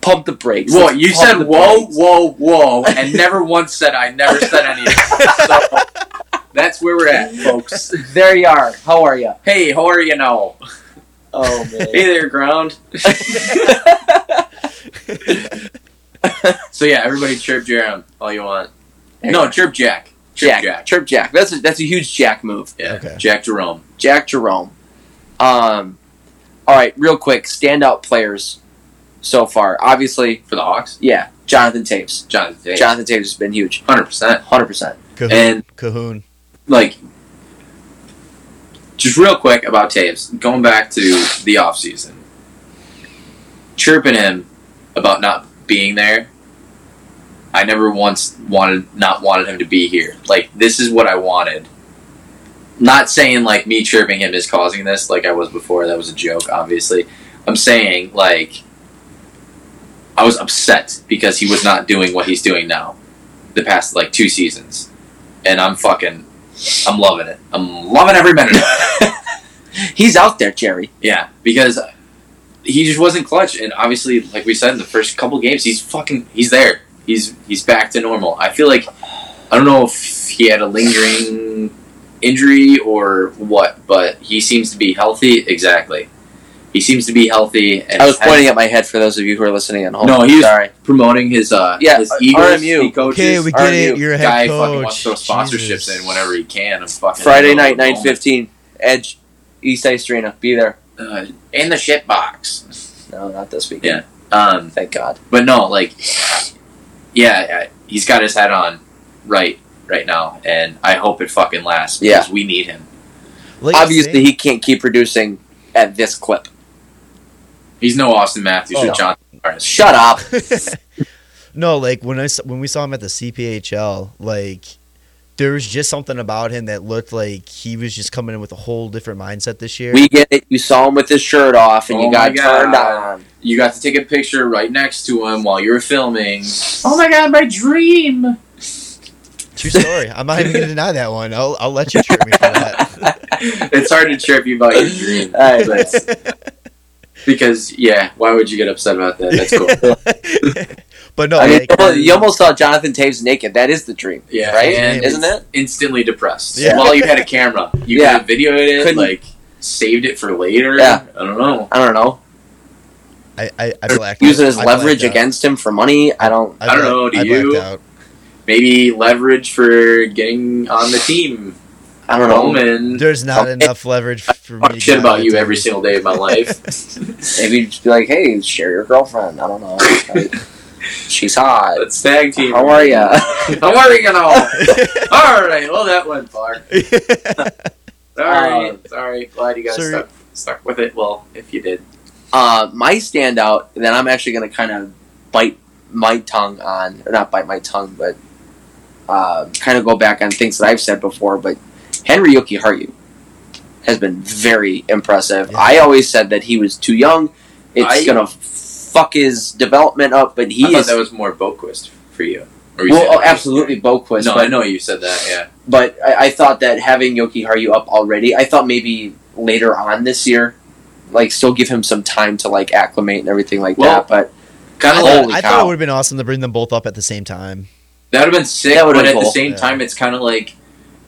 Speaker 2: Pump the brakes.
Speaker 3: Whoa,
Speaker 2: Let's
Speaker 3: you
Speaker 2: pump
Speaker 3: said
Speaker 2: the
Speaker 3: whoa,
Speaker 2: brakes.
Speaker 3: whoa, whoa,
Speaker 4: (laughs)
Speaker 3: and never once said I never said anything. so that's where we're at, folks.
Speaker 2: (laughs) There you are. How are you?
Speaker 3: Hey, how are you now?
Speaker 2: Oh,
Speaker 3: Hey there, ground. So yeah, everybody chirp Jerem all you want. No, chirp Jack. Chirp
Speaker 2: Jack, (laughs)
Speaker 3: Jack.
Speaker 2: Chirp Jack. That's a, that's a huge Jack move.
Speaker 3: Yeah,
Speaker 4: Okay.
Speaker 3: Jack Jerome.
Speaker 2: Jack Jerome. Um, all right, real quick, standout players so far. Obviously,
Speaker 3: For the Hawks,
Speaker 2: yeah, Jonathan Taves.
Speaker 3: Jonathan Jonathan.
Speaker 2: Jonathan Taves has been huge,
Speaker 3: 100%.
Speaker 2: hundred percent.
Speaker 4: Cahoon.
Speaker 3: And
Speaker 4: Cahoon.
Speaker 3: like just real quick about Taves, going back to the offseason. Chirping him about not being there. I never once wanted not wanted him to be here. Like this is what I wanted. Not saying like me chirping him is causing this like I was before, that was a joke, obviously. I'm saying like I was upset because he was not doing what he's doing now. The past like two seasons. And I'm fucking I'm loving it. I'm loving every minute of
Speaker 2: (laughs)
Speaker 3: it.
Speaker 2: He's out there, Jerry.
Speaker 3: Yeah, because he just wasn't clutch, and obviously, like we said in the first couple games, he's fucking he's there. He's he's back to normal. I feel like I don't know if he had a lingering injury or what, but he seems to be healthy. Exactly, he seems to be healthy. And
Speaker 2: I was
Speaker 3: has-
Speaker 2: pointing at my head for those of you who are listening at home.
Speaker 3: No, he was-
Speaker 2: sorry.
Speaker 3: promoting his uh
Speaker 2: Yeah,
Speaker 3: his
Speaker 2: uh,
Speaker 3: Eagles.
Speaker 2: RMU.
Speaker 3: He coaches.
Speaker 4: Okay, we get it. You're a
Speaker 3: guy
Speaker 4: head
Speaker 3: fucking wants
Speaker 4: coach.
Speaker 3: to throw sponsorships
Speaker 4: Jesus.
Speaker 3: in whenever he can. I'm fucking
Speaker 2: Friday night, nine
Speaker 3: fifty.
Speaker 2: fifteen, Edge, East Ice Arena. Be there.
Speaker 3: uh, in the shit box.
Speaker 2: No, not this weekend.
Speaker 3: Um,
Speaker 2: Thank God.
Speaker 3: but no, like, yeah, I- he's got his head on right right now, and I hope it fucking lasts because we need him.
Speaker 4: Like I
Speaker 2: Obviously,
Speaker 4: say-
Speaker 2: he can't keep producing at this clip.
Speaker 3: He's no Austin Matthews
Speaker 2: Oh,
Speaker 3: or
Speaker 2: no.
Speaker 3: John Morris.
Speaker 2: Shut up.
Speaker 4: (laughs) no, like when I s- when we saw him at the CPHL, like there was just something about him that looked like he was just coming in with a whole different mindset this year.
Speaker 2: We get it. You saw him with his shirt off, and
Speaker 3: Oh
Speaker 2: you got
Speaker 3: my God.
Speaker 2: turned (laughs) on.
Speaker 3: You got to take a picture right next to him while
Speaker 2: (laughs)
Speaker 3: you're filming.
Speaker 5: Oh my god, my dream!
Speaker 4: True story. I'm not even gonna deny that one. I'll I'll let you trip me for
Speaker 3: (laughs)
Speaker 4: that.
Speaker 3: it's hard to chirp you about your dream
Speaker 2: Alright,
Speaker 3: because yeah, why would you get upset about that?
Speaker 2: (laughs)
Speaker 3: That's cool.
Speaker 4: (laughs) but no,
Speaker 2: I mean,
Speaker 4: like,
Speaker 2: you almost- you almost saw Jonathan Taves naked. That is the dream,
Speaker 3: Yeah,
Speaker 2: right?
Speaker 3: and
Speaker 2: Isn't it?
Speaker 3: instantly depressed.
Speaker 4: Yeah.
Speaker 3: While you had a camera, you
Speaker 2: Yeah.
Speaker 3: could have videoed it,
Speaker 2: Couldn't-
Speaker 3: like saved it for later.
Speaker 2: Yeah.
Speaker 3: I don't know.
Speaker 2: I don't know.
Speaker 4: I, I, I blacked
Speaker 2: Using
Speaker 4: out.
Speaker 2: his
Speaker 4: I blacked
Speaker 2: leverage
Speaker 4: out.
Speaker 2: against him for money. I don't.
Speaker 3: I don't know, do
Speaker 4: I blacked
Speaker 3: you?
Speaker 4: out.
Speaker 3: maybe leverage for getting on the team.
Speaker 2: I I don't know.
Speaker 3: Roman.
Speaker 4: There's not enough leverage for me.
Speaker 3: Talk
Speaker 4: to
Speaker 3: shit
Speaker 4: get
Speaker 3: about you
Speaker 4: into
Speaker 3: every
Speaker 4: this.
Speaker 3: single day of my life. (laughs)
Speaker 4: (laughs)
Speaker 2: Maybe just be like, hey, share your girlfriend. I don't (laughs) know. Like, she's hot.
Speaker 3: Let's tag team.
Speaker 2: How are ya?
Speaker 3: (laughs)
Speaker 2: (laughs)
Speaker 3: How are you all? All right. Well, that went far. Sorry.
Speaker 2: Uh,
Speaker 3: sorry. Glad you guys
Speaker 4: sorry.
Speaker 3: stuck stuck with it. Well, if you did,
Speaker 2: Uh, my standout that I'm actually going to kind of bite my tongue on, or not bite my tongue, but uh, kind of go back on things that I've said before. But Henry Yuki Haru has been very impressive.
Speaker 4: Yeah.
Speaker 2: I always said that he was too young. It's
Speaker 3: I-
Speaker 2: going to fuck his development up, but he
Speaker 3: I thought
Speaker 2: E is.
Speaker 3: that was more Boquist for you. Or you
Speaker 2: well,
Speaker 3: said
Speaker 2: oh,
Speaker 3: that-
Speaker 2: absolutely, Boquist.
Speaker 3: No,
Speaker 2: but
Speaker 3: I know you said that. Yeah.
Speaker 2: but I, I thought that having Yoki Haru up already, I thought maybe later on this year, like still give him some time to like acclimate and everything like
Speaker 3: Well,
Speaker 2: that. But
Speaker 3: Kind of
Speaker 2: Holy
Speaker 3: like
Speaker 4: I
Speaker 2: cow.
Speaker 4: thought it would have been awesome to bring them both up at the same time.
Speaker 3: that would have been sick,
Speaker 2: That
Speaker 3: but
Speaker 2: would've been
Speaker 3: at the
Speaker 2: cool.
Speaker 3: same
Speaker 4: Yeah.
Speaker 3: time, it's kind of like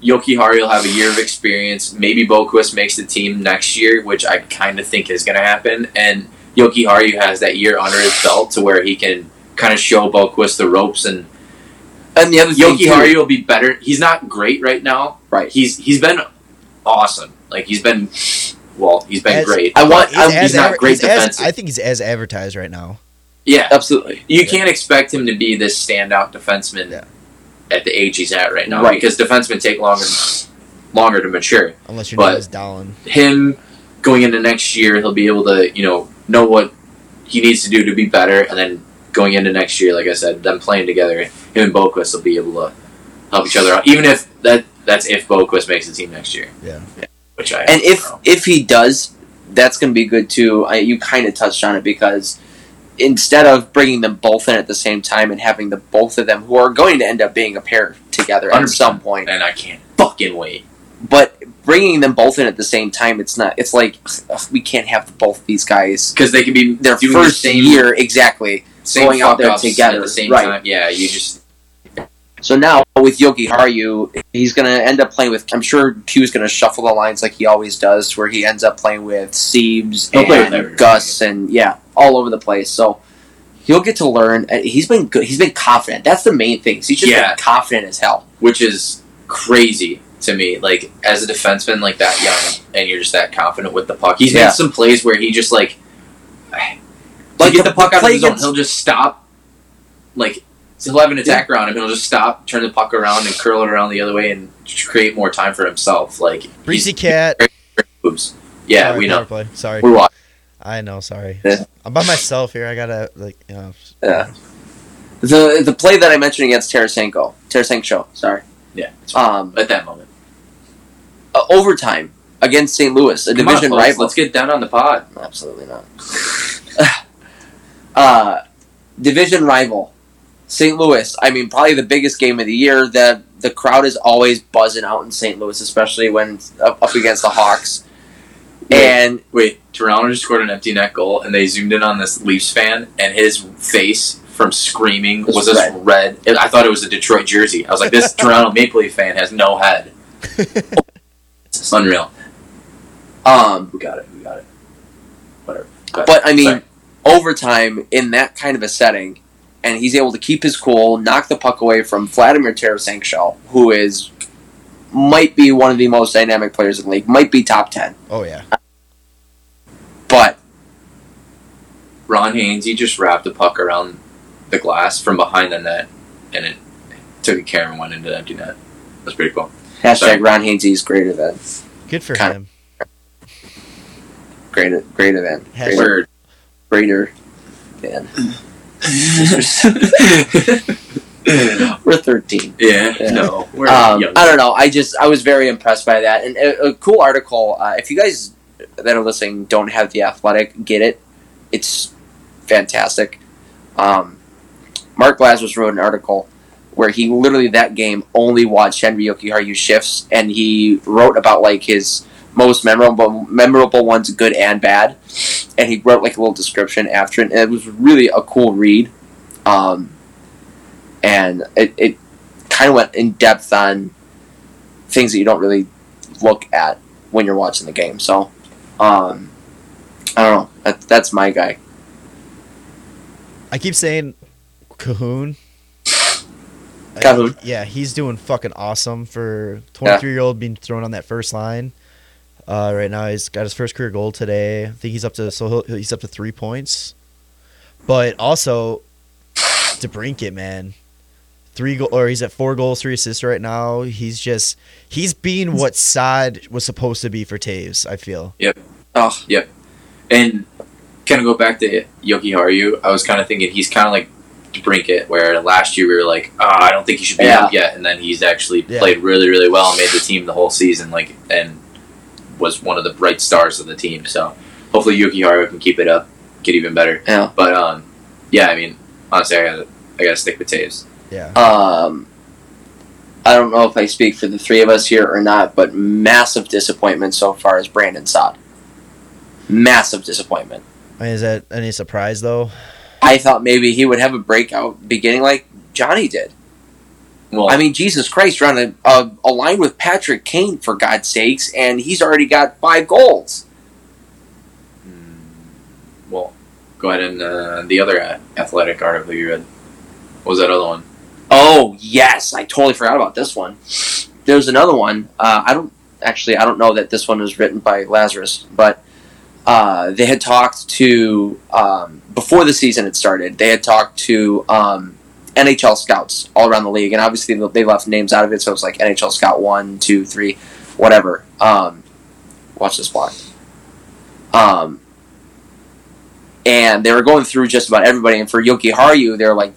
Speaker 3: Yoki Hari will have a year of experience. Maybe Boquist makes the team next year, which I kind of think is going to happen. And Yoki Hari has that year under his belt to where he can kind of show Boquist the ropes. And
Speaker 2: and the other thing
Speaker 3: Yoki
Speaker 2: too-
Speaker 3: Hari will be better. He's not great right now.
Speaker 2: Right.
Speaker 3: He's he's been awesome. Like he's been well, he's been
Speaker 4: As-
Speaker 3: great.
Speaker 2: I want.
Speaker 4: He's
Speaker 2: I,
Speaker 3: he's
Speaker 4: as
Speaker 3: not
Speaker 4: adver-
Speaker 3: great
Speaker 4: he's as-
Speaker 3: defensive.
Speaker 4: I think he's as advertised right now.
Speaker 3: yeah,
Speaker 2: absolutely.
Speaker 3: You
Speaker 4: Yeah.
Speaker 3: can't expect him to be this standout defenseman
Speaker 4: Yeah.
Speaker 3: at the age he's at right now,
Speaker 2: Right.
Speaker 3: because defensemen take longer longer to mature.
Speaker 4: Unless your
Speaker 3: But-
Speaker 4: name is Dolan.
Speaker 3: Him going into next year, he'll be able to you know know what he needs to do to be better, and then going into next year, like I said, them playing together, him and Boquist will be able to help each other out, even if that that's if Boquist makes the team next year.
Speaker 4: Yeah.
Speaker 3: which I
Speaker 2: And if
Speaker 3: don't know.
Speaker 2: if he does, that's going to be good too. I, you kind of touched on it because instead of bringing them both in at the same time and having the both of them who are going to end up being a pair together at
Speaker 3: 100%.
Speaker 2: some point,
Speaker 3: and I can't fucking wait.
Speaker 2: but bringing them both in at the same time, it's not. It's like ugh, we can't have both these guys
Speaker 3: Because they could be
Speaker 2: their
Speaker 3: doing the
Speaker 2: first
Speaker 3: same,
Speaker 2: year exactly.
Speaker 3: same
Speaker 2: going out there
Speaker 3: fuck-ups
Speaker 2: together,
Speaker 3: at the same
Speaker 2: right.
Speaker 3: time. Yeah, you just
Speaker 2: So now with Yoki Haru, he's going to end up playing with. I'm sure Q's going to shuffle the lines like he always does, where he ends up playing with Siebes
Speaker 3: He'll
Speaker 2: and
Speaker 3: play with everybody.
Speaker 2: Gus and yeah, all over the place. So he'll get to learn. and He's been good. He's been confident. That's the main thing. He's just
Speaker 3: Yeah.
Speaker 2: been confident as hell.
Speaker 3: which is crazy to me. Like as a defenseman, like that young, and you're just that confident with the puck. He's
Speaker 2: Yeah.
Speaker 3: made some plays where he just like,
Speaker 2: Like
Speaker 3: like get
Speaker 2: the
Speaker 3: the puck out of
Speaker 2: play
Speaker 3: his zone,
Speaker 2: against-
Speaker 3: he'll just stop. Like he'll have an attack around him, he'll just stop, turn the puck around, and curl it around the other way, and create more time for himself. Like
Speaker 4: Breezy
Speaker 3: he's-
Speaker 4: Cat.
Speaker 3: Oops. Yeah,
Speaker 4: Sorry,
Speaker 3: we
Speaker 4: power
Speaker 3: know.
Speaker 4: play. Sorry.
Speaker 3: We're watching.
Speaker 4: I know, sorry.
Speaker 2: Yeah.
Speaker 4: I'm by myself here. I gotta like you know
Speaker 2: Yeah. The the play that I mentioned against Tarasenko, Tarasenko, sorry,
Speaker 3: Yeah, it's
Speaker 2: um,
Speaker 3: at that moment.
Speaker 2: uh, overtime against St. Louis, a
Speaker 3: Come on,
Speaker 2: division
Speaker 3: folks,
Speaker 2: rival.
Speaker 3: Let's get down on the pod.
Speaker 2: Absolutely not. uh, division rival, St. Louis. I mean, probably the biggest game of the year. The the crowd is always buzzing out in St. Louis, especially when up, up against the Hawks. And
Speaker 3: Wait, Toronto just scored an empty net goal, and they zoomed in on this Leafs fan, and his face from screaming
Speaker 2: Was
Speaker 3: was this red. It- I thought it was a Detroit jersey. I was like, this (laughs) Toronto Maple Leaf fan has no (laughs) head. It's unreal.
Speaker 2: um,
Speaker 3: We got it. We got it. Whatever.
Speaker 2: but I mean,
Speaker 3: Sorry.
Speaker 2: overtime in that kind of a setting, and he's able to keep his cool, knock the puck away from Vladimir Tarasenko, who is might be one of the most dynamic players in the league, might be top ten,
Speaker 4: Oh yeah.
Speaker 2: but
Speaker 3: Ron Haynes, he just wrapped the puck around the glass from behind the net, and it took a care and went into the empty net. That's pretty cool.
Speaker 2: hashtag
Speaker 3: Sorry.
Speaker 2: Ron Hainsey is greater than.
Speaker 4: Good for
Speaker 2: Kinda.
Speaker 4: him.
Speaker 2: greater greater than
Speaker 4: Has-
Speaker 2: greater,
Speaker 3: Word.
Speaker 2: greater than
Speaker 3: (laughs)
Speaker 2: we're 13
Speaker 3: yeah,
Speaker 2: Yeah.
Speaker 3: No. We're
Speaker 2: um,
Speaker 3: young.
Speaker 2: i don't know i just i was very impressed by that and a, a cool article uh, if you guys that are listening don't have the athletic get it it's fantastic um, mark lazarus wrote an article where he literally that game only watched henry yokiharu shifts and he wrote about like his most memorable memorable ones good and bad and he wrote like a little description after it and it was really a cool read um, and it, it kind of went in depth on things that you don't really look at when you're watching the game. So, um, I don't know. That, that's my guy.
Speaker 4: I keep saying Cahoon.
Speaker 2: Calhoun.
Speaker 4: yeah, he's doing fucking awesome for 23 year old being thrown on that first line. Uh, right now, he's got his first career goal today. I think he's up to so he'll, he's up to three points. But also, DeBrinket, man, three goal or he's at four goals, three assists right now. He's just he's being what Sod was supposed to be for Taves. I feel
Speaker 2: Oh,
Speaker 3: (sighs) And kind of go back to Yoki Haru, I was kind of thinking he's kind of like Debrinket, where last year we were like, ah, I don't think he should be
Speaker 2: Yeah.
Speaker 3: out yet, and then he's actually
Speaker 4: Yeah.
Speaker 3: played really, really well and made the team the whole season, like, and was one of the bright stars of the team. So hopefully Yoki Haru can keep it up, get even better.
Speaker 2: Yeah.
Speaker 3: But um, yeah, I mean, honestly, I gotta, I gotta stick with Taves.
Speaker 4: yeah.
Speaker 2: um, I don't know if I speak for the three of us here or not, but massive disappointment so far is Brandon Sod. Massive disappointment.
Speaker 4: I mean, is that any surprise though?
Speaker 2: I thought maybe he would have a breakout beginning like Johnny did.
Speaker 3: Well,
Speaker 2: I mean, Jesus Christ, you're on a, a, a line with Patrick Kane, for God's sakes, and he's already got five goals.
Speaker 3: mm, well, go ahead and uh, the other a- athletic article you read. What was that other one?
Speaker 2: Oh, yes. I totally forgot about this one. There's another one. Uh, I don't actually, I don't know that this one was written by Lazarus, but uh, they had talked to, um, before the season had started, they had talked to um, NHL scouts all around the league, and obviously they left names out of it, so it's like NHL scout one, two, three, whatever. Um, watch this block. Um, and they were going through just about everybody. And for Yoki Haru, they were like,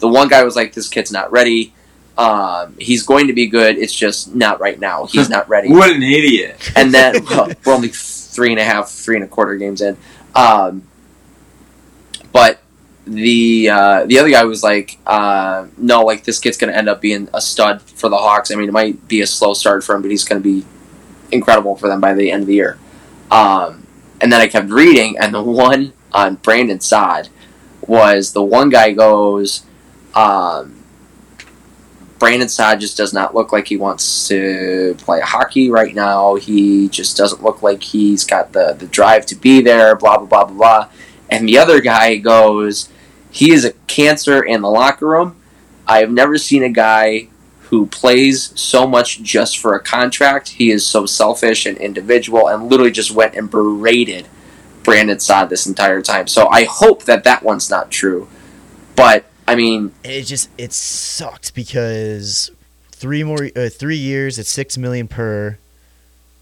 Speaker 2: the one guy was like, "This kid's not ready. Um, he's going to be good. It's just not right now. He's not ready."
Speaker 3: What an idiot!
Speaker 2: and then well, we're only three and a half, three and a quarter games in. Um, but the uh, the other guy was like, uh, no, like this kid's going to end up being a stud for the Hawks. I mean, it might be a slow start for him, but he's going to be incredible for them by the end of the year. Um, and then I kept reading, and the one on Brandon Sod was the one guy goes. Um, Brandon Saad just does not look like he wants to play hockey right now. He just doesn't look like he's got the, the drive to be there, blah, blah, blah, blah, blah. And the other guy goes, he is a cancer in the locker room. I have never seen a guy who plays so much just for a contract. He is so selfish and individual and literally just went and berated Brandon Saad this entire time. So I hope that that one's not true. But, I mean,
Speaker 4: it just it sucked because three more uh, three years at six million per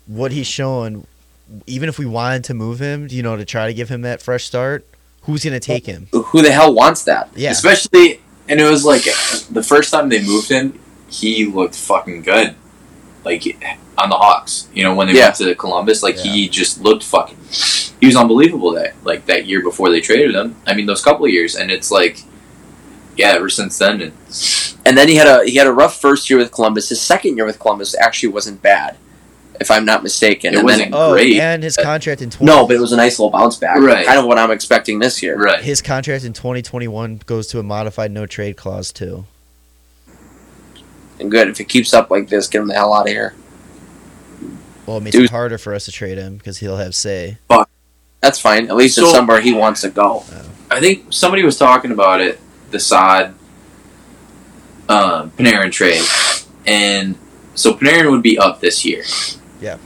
Speaker 4: what he's showing even if we wanted to move him you know to try to give him that fresh start who's gonna take him
Speaker 2: who the hell wants that?
Speaker 4: yeah
Speaker 3: Especially, and it was like the first time they moved him, he looked fucking good. Like on the Hawks, you know, when they
Speaker 2: Yeah.
Speaker 3: went to Columbus, like he just looked fucking. He was unbelievable that like that year before they traded him. I mean, those couple of years, and it's like, yeah, ever since then, and
Speaker 2: and then he had a he had a rough first year with Columbus. His second year with Columbus actually wasn't bad, if I'm not mistaken.
Speaker 3: It
Speaker 2: And then
Speaker 3: wasn't
Speaker 4: oh
Speaker 3: great.
Speaker 4: and his contract in 20,
Speaker 2: Uh, no, but it was a nice little bounce back.
Speaker 3: Right.
Speaker 2: Kind of what I'm expecting this year.
Speaker 3: right,
Speaker 4: his contract in 2021 goes to a modified no trade clause too
Speaker 2: And good. If it keeps up like this, get him the hell out of here.
Speaker 4: well it makes
Speaker 2: Dude.
Speaker 4: it harder for us to trade him because he'll have say
Speaker 2: That's fine. At least it's
Speaker 3: So-
Speaker 2: somewhere he wants to go.
Speaker 3: I think somebody was talking about it, the Sod um, Panarin trade, and so Panarin would be up this year.
Speaker 4: Yeah.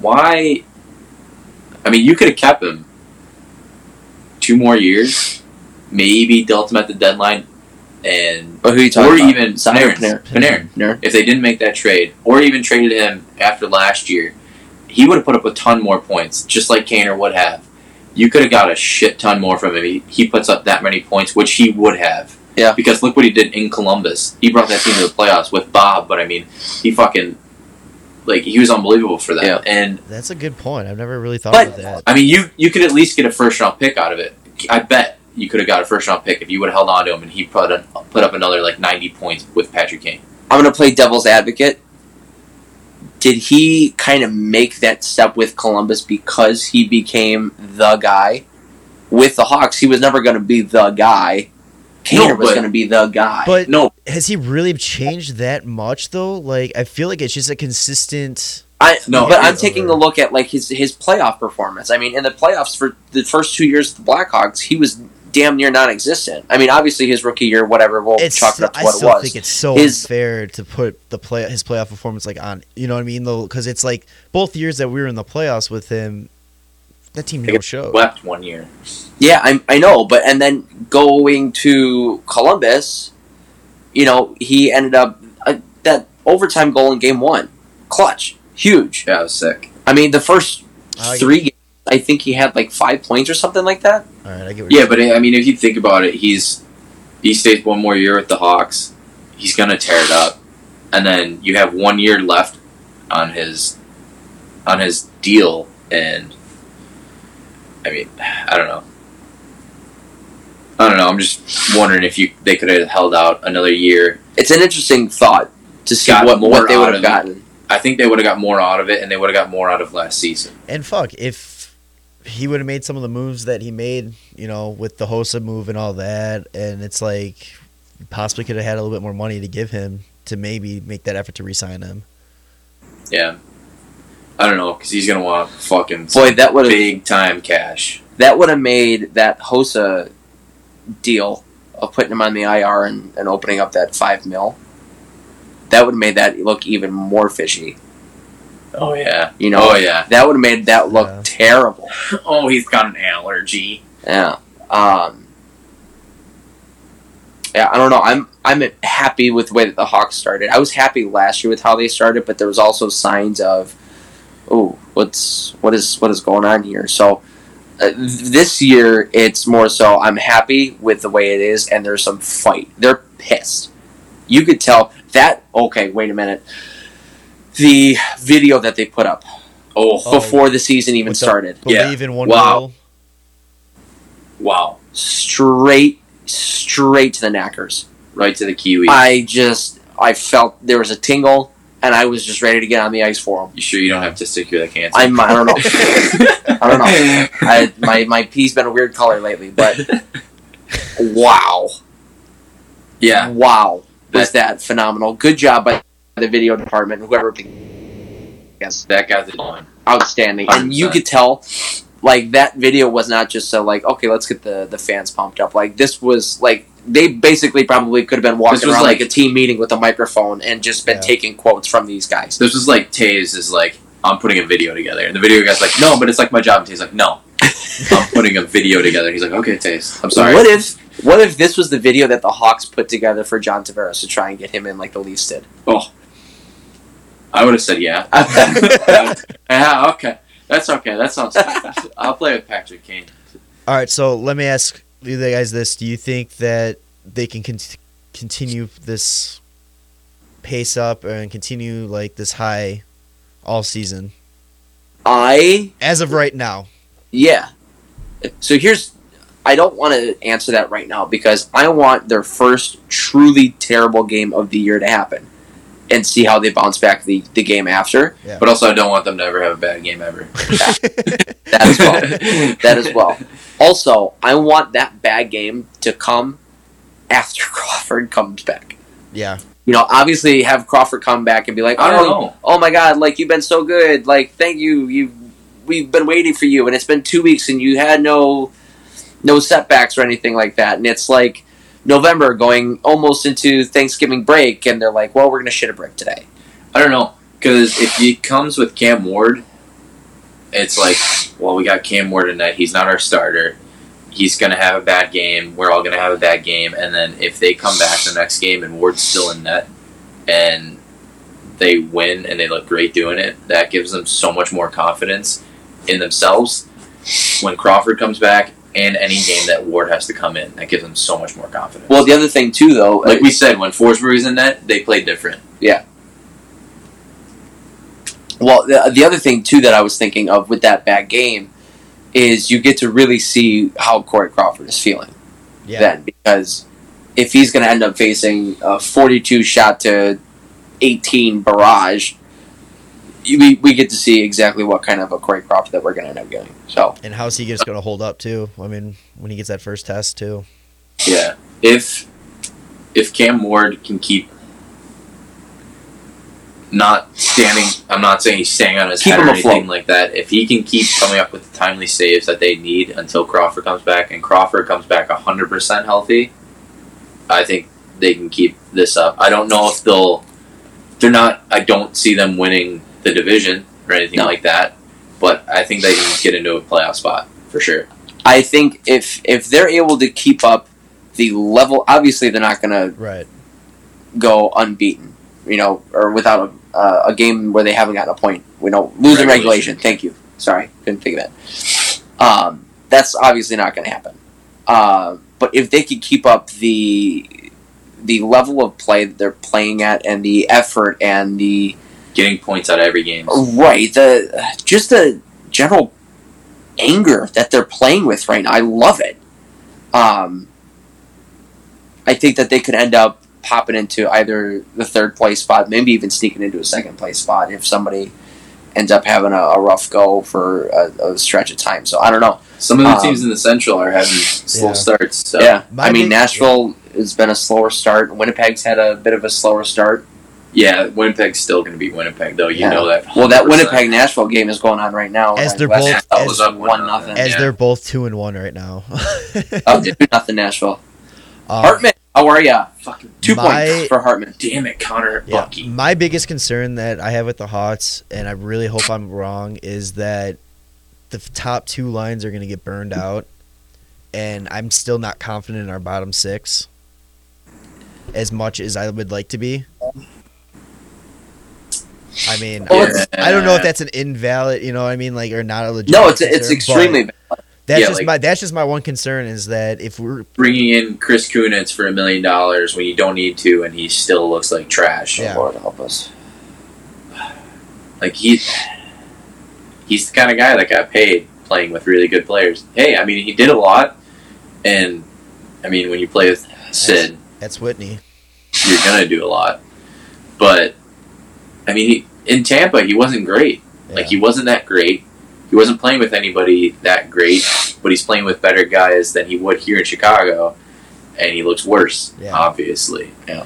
Speaker 3: Why? I mean, you could have kept him two more years, maybe dealt him at the deadline, and
Speaker 2: But who are you talking
Speaker 3: or
Speaker 2: about?
Speaker 3: even
Speaker 2: Sod or
Speaker 3: Panarin,
Speaker 2: Panarin?
Speaker 3: Panarin
Speaker 2: Panarin?
Speaker 3: if they didn't make that trade or even traded him after last year, he would have put up a ton more points, just like Kaner would have. You could have got a shit ton more from him. He, he puts up that many points, which he would have.
Speaker 2: Yeah.
Speaker 3: Because look what he did in Columbus. He brought that team to the playoffs with Bob, but I mean, he fucking like he was unbelievable for them.
Speaker 2: Yeah.
Speaker 3: And
Speaker 4: that's a good point i've never really thought
Speaker 2: But-
Speaker 4: of that
Speaker 3: I mean, you you could at least get a first round pick out of it. I bet you could have got a first round pick if you would have held on to him and he put a, put up another like ninety points with Patrick Kane.
Speaker 2: I'm going to play devil's advocate. Did he kind of make that step with Columbus because he became the guy? With the Hawks, he was never going to be the guy. Kaner
Speaker 3: No,
Speaker 2: was
Speaker 3: but-
Speaker 2: going to be the guy.
Speaker 4: but
Speaker 3: No,
Speaker 4: has he really changed that much though like i feel like it's just a consistent
Speaker 2: I
Speaker 3: No,
Speaker 2: no, but
Speaker 4: I-
Speaker 2: I'm taking a look at like his his playoff performance. I mean, in the playoffs for the first two years of the Blackhawks, he was damn near non-existent. I mean, obviously his rookie year, whatever, we'll
Speaker 4: It's
Speaker 2: chalk it up to
Speaker 4: I
Speaker 2: what it
Speaker 4: still
Speaker 2: was.
Speaker 4: think it's so
Speaker 2: His-
Speaker 4: unfair to put the play his playoff performance like on you know what I mean though because it's like both years that we were in the playoffs with him, that team
Speaker 3: They
Speaker 4: no
Speaker 3: get
Speaker 4: show.
Speaker 3: Left one year.
Speaker 2: Yeah, I, I know, but and then going to Columbus, you know, he ended up uh, that overtime goal in game one, clutch, huge.
Speaker 3: Yeah, I was sick.
Speaker 2: I mean, the first
Speaker 4: I get-
Speaker 2: three, games, I think he had like five points or something like that.
Speaker 4: All right, I get what
Speaker 3: Yeah,
Speaker 4: you're
Speaker 3: but I mean, if you think about it, he's he stays one more year with the Hawks. He's gonna tear it up, and then you have one year left on his on his deal, and I mean, (sighs) I don't know. I don't know. I'm just wondering if you they could have held out another year
Speaker 2: It's an interesting thought to see
Speaker 3: Got
Speaker 2: what
Speaker 3: more
Speaker 2: what they
Speaker 3: out
Speaker 2: would
Speaker 3: of
Speaker 2: have
Speaker 3: him.
Speaker 2: gotten.
Speaker 3: I think they would have got more out of it, and they would have got more out of last season.
Speaker 4: And fuck, if he would have made some of the moves that he made, you know, with the Hosa move and all that, and it's like possibly could have had a little bit more money to give him to maybe make that effort to re-sign him.
Speaker 3: Yeah, I don't know because he's gonna want fucking
Speaker 2: Boy, that would have
Speaker 3: big time cash.
Speaker 2: that would have made that Hosa deal of putting him on the IR and, and opening up that five mil. That would have made that look even more fishy.
Speaker 3: Oh yeah,
Speaker 2: You know,
Speaker 3: oh yeah.
Speaker 2: That would have made that look
Speaker 4: Yeah.
Speaker 2: terrible.
Speaker 3: Oh, he's got an allergy.
Speaker 2: Yeah. Um, yeah, I don't know. I'm I'm happy with the way that the Hawks started. I was happy last year with how they started, but there was also signs of, oh, what's what is what is going on here? So uh, th- this year it's more so I'm happy with the way it is, and there's some fight. They're pissed. You could tell that. Okay, wait a minute. The video that they put up
Speaker 3: Oh
Speaker 4: Oh.
Speaker 2: before the season even
Speaker 4: With the
Speaker 2: started.
Speaker 3: Yeah.
Speaker 4: Believe in one
Speaker 3: Wow.
Speaker 4: goal.
Speaker 3: wow,
Speaker 2: straight straight to the knackers.
Speaker 3: right to the kiwi.
Speaker 2: I just I felt there was a tingle and I was just ready to get on the ice for them.
Speaker 3: you sure you don't have testicular cancer? (laughs)
Speaker 2: I'm I don't know. I don't know. I, my my pee's been a weird color lately, but wow.
Speaker 3: yeah,
Speaker 2: Wow. Was that phenomenal? Good job by the video department, whoever picked yes.
Speaker 3: that got the one.
Speaker 2: outstanding. And you
Speaker 3: 100%.
Speaker 2: could tell like that video was not just so like, okay, let's get the, the fans pumped up. Like this was like they basically probably could have been
Speaker 3: This
Speaker 2: walking
Speaker 3: was
Speaker 2: around like,
Speaker 3: like-
Speaker 2: a team meeting with a microphone and just been
Speaker 4: Yeah.
Speaker 2: taking quotes from these guys.
Speaker 3: This was like Taves is like, I'm putting a video together, and the video guy's like, no, but it's like my job. And Taves
Speaker 2: (laughs)
Speaker 3: like, no, I'm putting a video together. And he's like, okay, Taves, I'm sorry.
Speaker 2: What if what if this was the video that the Hawks put together for John Tavares to try and get him in like the Leafs did?
Speaker 3: I would have
Speaker 2: (laughs)
Speaker 3: said yeah. yeah, okay. That's okay. That sounds. I'll play with Patrick Kane.
Speaker 4: All right, so let me ask you guys this: Do you think that they can con- continue this pace up and continue like this high all season?
Speaker 2: I
Speaker 4: As of right now,
Speaker 2: yeah. So here's I don't want to answer that right now because I want their first truly terrible game of the year to happen and see how they bounce back the, the game after.
Speaker 3: But also, I don't want them to ever have a bad game ever.
Speaker 2: That as well.
Speaker 3: (laughs)
Speaker 2: that as well. Also, I want that bad game to come after (laughs) Crawford comes back.
Speaker 4: yeah,
Speaker 2: You know, obviously have Crawford come back and be like,
Speaker 3: I don't
Speaker 2: oh,
Speaker 3: know.
Speaker 2: oh my god, like you've been so good. Like thank you. You we've been waiting for you and it's been 2 weeks and you had no no setbacks or anything like that. And it's like November going almost into Thanksgiving break and they're like, "Well, we're going to shit a brick today."
Speaker 3: I don't know because if he comes with Cam Ward, it's like, well, we got Cam Ward tonight. He's not our starter. He's gonna have a bad game. We're all gonna have a bad game. And then if they come back the next game and Ward's still in net, and they win and they look great doing it, that gives them so much more confidence in themselves. When Crawford comes back and any game that Ward has to come in, that gives them so much more confidence.
Speaker 2: Well, the other thing too though,
Speaker 3: like we said, when Forsberg's in net, they play different.
Speaker 2: Well, the, the other thing too that I was thinking of with that bad game is you get to really see how Corey Crawford is feeling
Speaker 4: yeah.
Speaker 2: then because if he's going to end up facing a 42 shot to 18 barrage, you- we, we get to see exactly what kind of a Corey Crawford that we're going to end up getting. So
Speaker 4: And how's he just going to hold up too? I mean, when he gets that first test too.
Speaker 3: Yeah. If if Cam Ward can keep not standing. I'm not saying he's staying on his
Speaker 2: Keep
Speaker 3: head or
Speaker 2: him
Speaker 3: anything
Speaker 2: afloat.
Speaker 3: like that. If he can keep coming up with the timely saves that they need until Crawford comes back, and Crawford comes back 100% healthy, I think they can keep this up. I don't know if they'll. They're not. I don't see them winning the division or anything
Speaker 2: No.
Speaker 3: like that. But I think they can get into a playoff spot for sure.
Speaker 2: I think if if they're able to keep up the level, obviously they're not going to
Speaker 4: Right.
Speaker 2: go unbeaten, you know, or without a, uh, a game where they haven't gotten a point. We don't lose in
Speaker 3: Regulation.
Speaker 2: regulation. Thank you. Sorry, couldn't think of that. Um, that's obviously not going to happen. Uh, but if they could keep up the the level of play that they're playing at and the effort and the
Speaker 3: Getting points out of every game.
Speaker 2: right the just the general anger that they're playing with right now, I love it. Um, I think that they could end up popping into either the third place spot, maybe even sneaking into a second place spot if somebody ends up having a, a rough go for a, a stretch of time. So I don't know.
Speaker 3: Some of the
Speaker 2: Um,
Speaker 3: teams in the Central are having slow
Speaker 4: Yeah.
Speaker 3: starts. So.
Speaker 2: yeah,
Speaker 4: My
Speaker 2: I mean
Speaker 4: big-
Speaker 2: Nashville has been a slower start. Winnipeg's had a bit of a slower start.
Speaker 3: Yeah, Winnipeg's still going to be Winnipeg, though. You
Speaker 2: Yeah.
Speaker 3: know that.
Speaker 2: Well, that
Speaker 3: 100%.
Speaker 2: Winnipeg Nashville game is going on right now.
Speaker 4: As
Speaker 2: and
Speaker 4: they're
Speaker 2: West
Speaker 4: both-
Speaker 2: Nashville
Speaker 4: as-
Speaker 2: was up one nothing.
Speaker 4: As
Speaker 3: Yeah.
Speaker 4: they're both two and one right now.
Speaker 2: Up
Speaker 4: (laughs)
Speaker 2: two nothing Nashville.
Speaker 4: Um,
Speaker 2: Oh, Hartman, how are ya? Fucking two
Speaker 4: My-
Speaker 2: points for Hartman.
Speaker 3: Damn it, Connor
Speaker 4: Yeah.
Speaker 3: Bucky.
Speaker 4: My biggest concern that I have with the Hawks, and I really hope I'm wrong, is that the f- top two lines are going to get burned out, and I'm still not confident in our bottom six as much as I would like to be. I mean,
Speaker 2: Well,
Speaker 4: I- I don't know if
Speaker 3: Yeah.
Speaker 4: that's an invalid, you know what I mean, like or not a legit.
Speaker 2: No, it's it's
Speaker 4: concern,
Speaker 2: extremely
Speaker 4: but
Speaker 2: bad.
Speaker 4: That's
Speaker 3: yeah,
Speaker 4: just
Speaker 3: like-
Speaker 4: my that's just my one concern is that if we're
Speaker 3: Bringing in Chris Kunitz for a million dollars when you don't need to, and he still looks like trash.
Speaker 4: Yeah.
Speaker 2: Lord help us.
Speaker 3: Like he, he's the kind of guy that got paid playing with really good players. Hey, I mean, he did a lot, and I mean, when you play with Sid,
Speaker 4: that's Whitney,
Speaker 3: you're gonna do a lot. But I mean, he, in Tampa, he wasn't great. Like
Speaker 4: Yeah.
Speaker 3: he wasn't that great. He wasn't playing with anybody that great, but he's playing with better guys than he would here in Chicago, and he looks worse,
Speaker 4: Yeah.
Speaker 3: obviously.
Speaker 2: Yeah.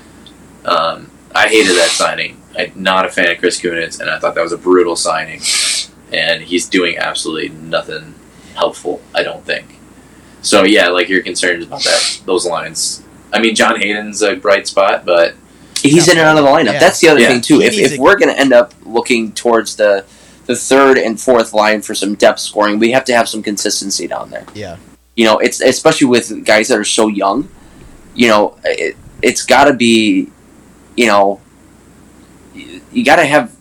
Speaker 3: Um, I hated that signing. I'm not a fan of Chris Kunitz, and I thought that was a brutal signing. And he's doing absolutely nothing helpful. I don't think. So yeah, like your concerns about that, those lines. I mean, John Hayden's a bright spot, but
Speaker 2: He's in and out of the lineup.
Speaker 4: Yeah.
Speaker 2: That's the other
Speaker 3: Yeah.
Speaker 2: thing too.
Speaker 4: He
Speaker 2: If,
Speaker 4: needs
Speaker 2: if
Speaker 4: a-
Speaker 2: we're gonna end up looking towards the the third and fourth line for some depth scoring, we have to have some consistency down there.
Speaker 4: yeah,
Speaker 2: You know, it's especially with guys that are so young. You know, it, it's got to be, you know, you, you got to have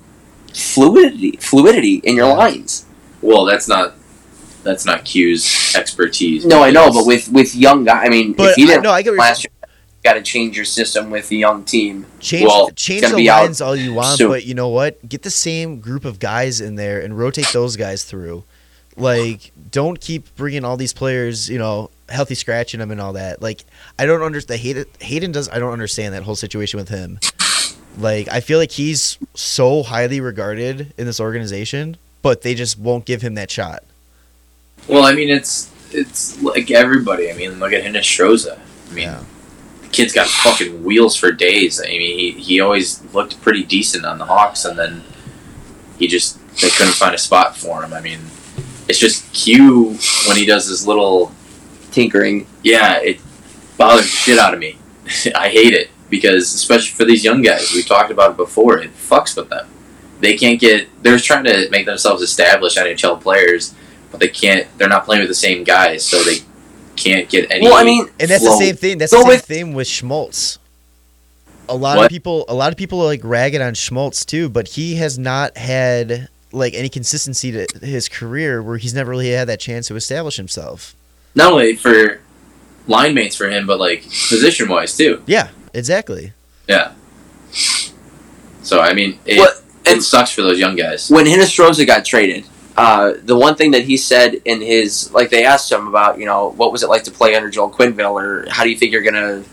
Speaker 2: fluidity fluidity in your
Speaker 4: Yeah.
Speaker 2: lines.
Speaker 3: well, that's not that's not Q's expertise.
Speaker 2: No, I know,
Speaker 3: because-
Speaker 2: but with with young guy, I mean,
Speaker 4: but
Speaker 2: if you
Speaker 4: I,
Speaker 2: didn't
Speaker 4: no, I get what you're
Speaker 2: (laughs) last year, you got to change your system with the young team.
Speaker 4: Change
Speaker 3: Well,
Speaker 4: change
Speaker 2: gonna
Speaker 4: the
Speaker 2: be out
Speaker 4: lines all you want,
Speaker 2: soon.
Speaker 4: but you know what? Get the same group of guys in there and rotate those guys through. Like, don't keep bringing all these players, you know, healthy scratching them and all that. Like, I don't understand. Hayden, Hayden does. I don't understand that whole situation with him. Like, I feel like he's so highly regarded in this organization, but they just won't give him that shot.
Speaker 3: Well, I mean, it's it's like everybody. I mean, look at Hinestroza. I mean,
Speaker 4: Yeah.
Speaker 3: the kid's got fucking wheels for days. I mean, he, he always looked pretty decent on the Hawks, and then he just they couldn't find a spot for him. I mean, it's just Q when he does his little
Speaker 2: Tinkering,
Speaker 3: yeah, it bothers the shit out of me. (laughs) I hate it because especially for these young guys, we talked about it before. It fucks with them. They can't get. They're trying to make themselves established NHL players, but they can't. They're not playing with the same guys, so they can't get any.
Speaker 2: Well, I mean,
Speaker 4: And that's
Speaker 3: flow.
Speaker 4: the same thing. That's
Speaker 2: So
Speaker 4: the same
Speaker 2: with-
Speaker 4: thing with Schmaltz. A lot of
Speaker 3: What?
Speaker 4: people, a lot of people are like ragging on Schmaltz too, but he has not had like any consistency to his career where he's never really had that chance to establish himself.
Speaker 3: Not only for line mates for him, but like position wise too.
Speaker 4: Yeah, exactly.
Speaker 3: So I mean, it,
Speaker 2: What-
Speaker 3: it
Speaker 2: and-
Speaker 3: sucks for those young guys.
Speaker 2: when Hinestroza got traded, uh, the one thing that he said in his like they asked him about, you know, what was it like to play under Joel Quinville, or how do you think you're gonna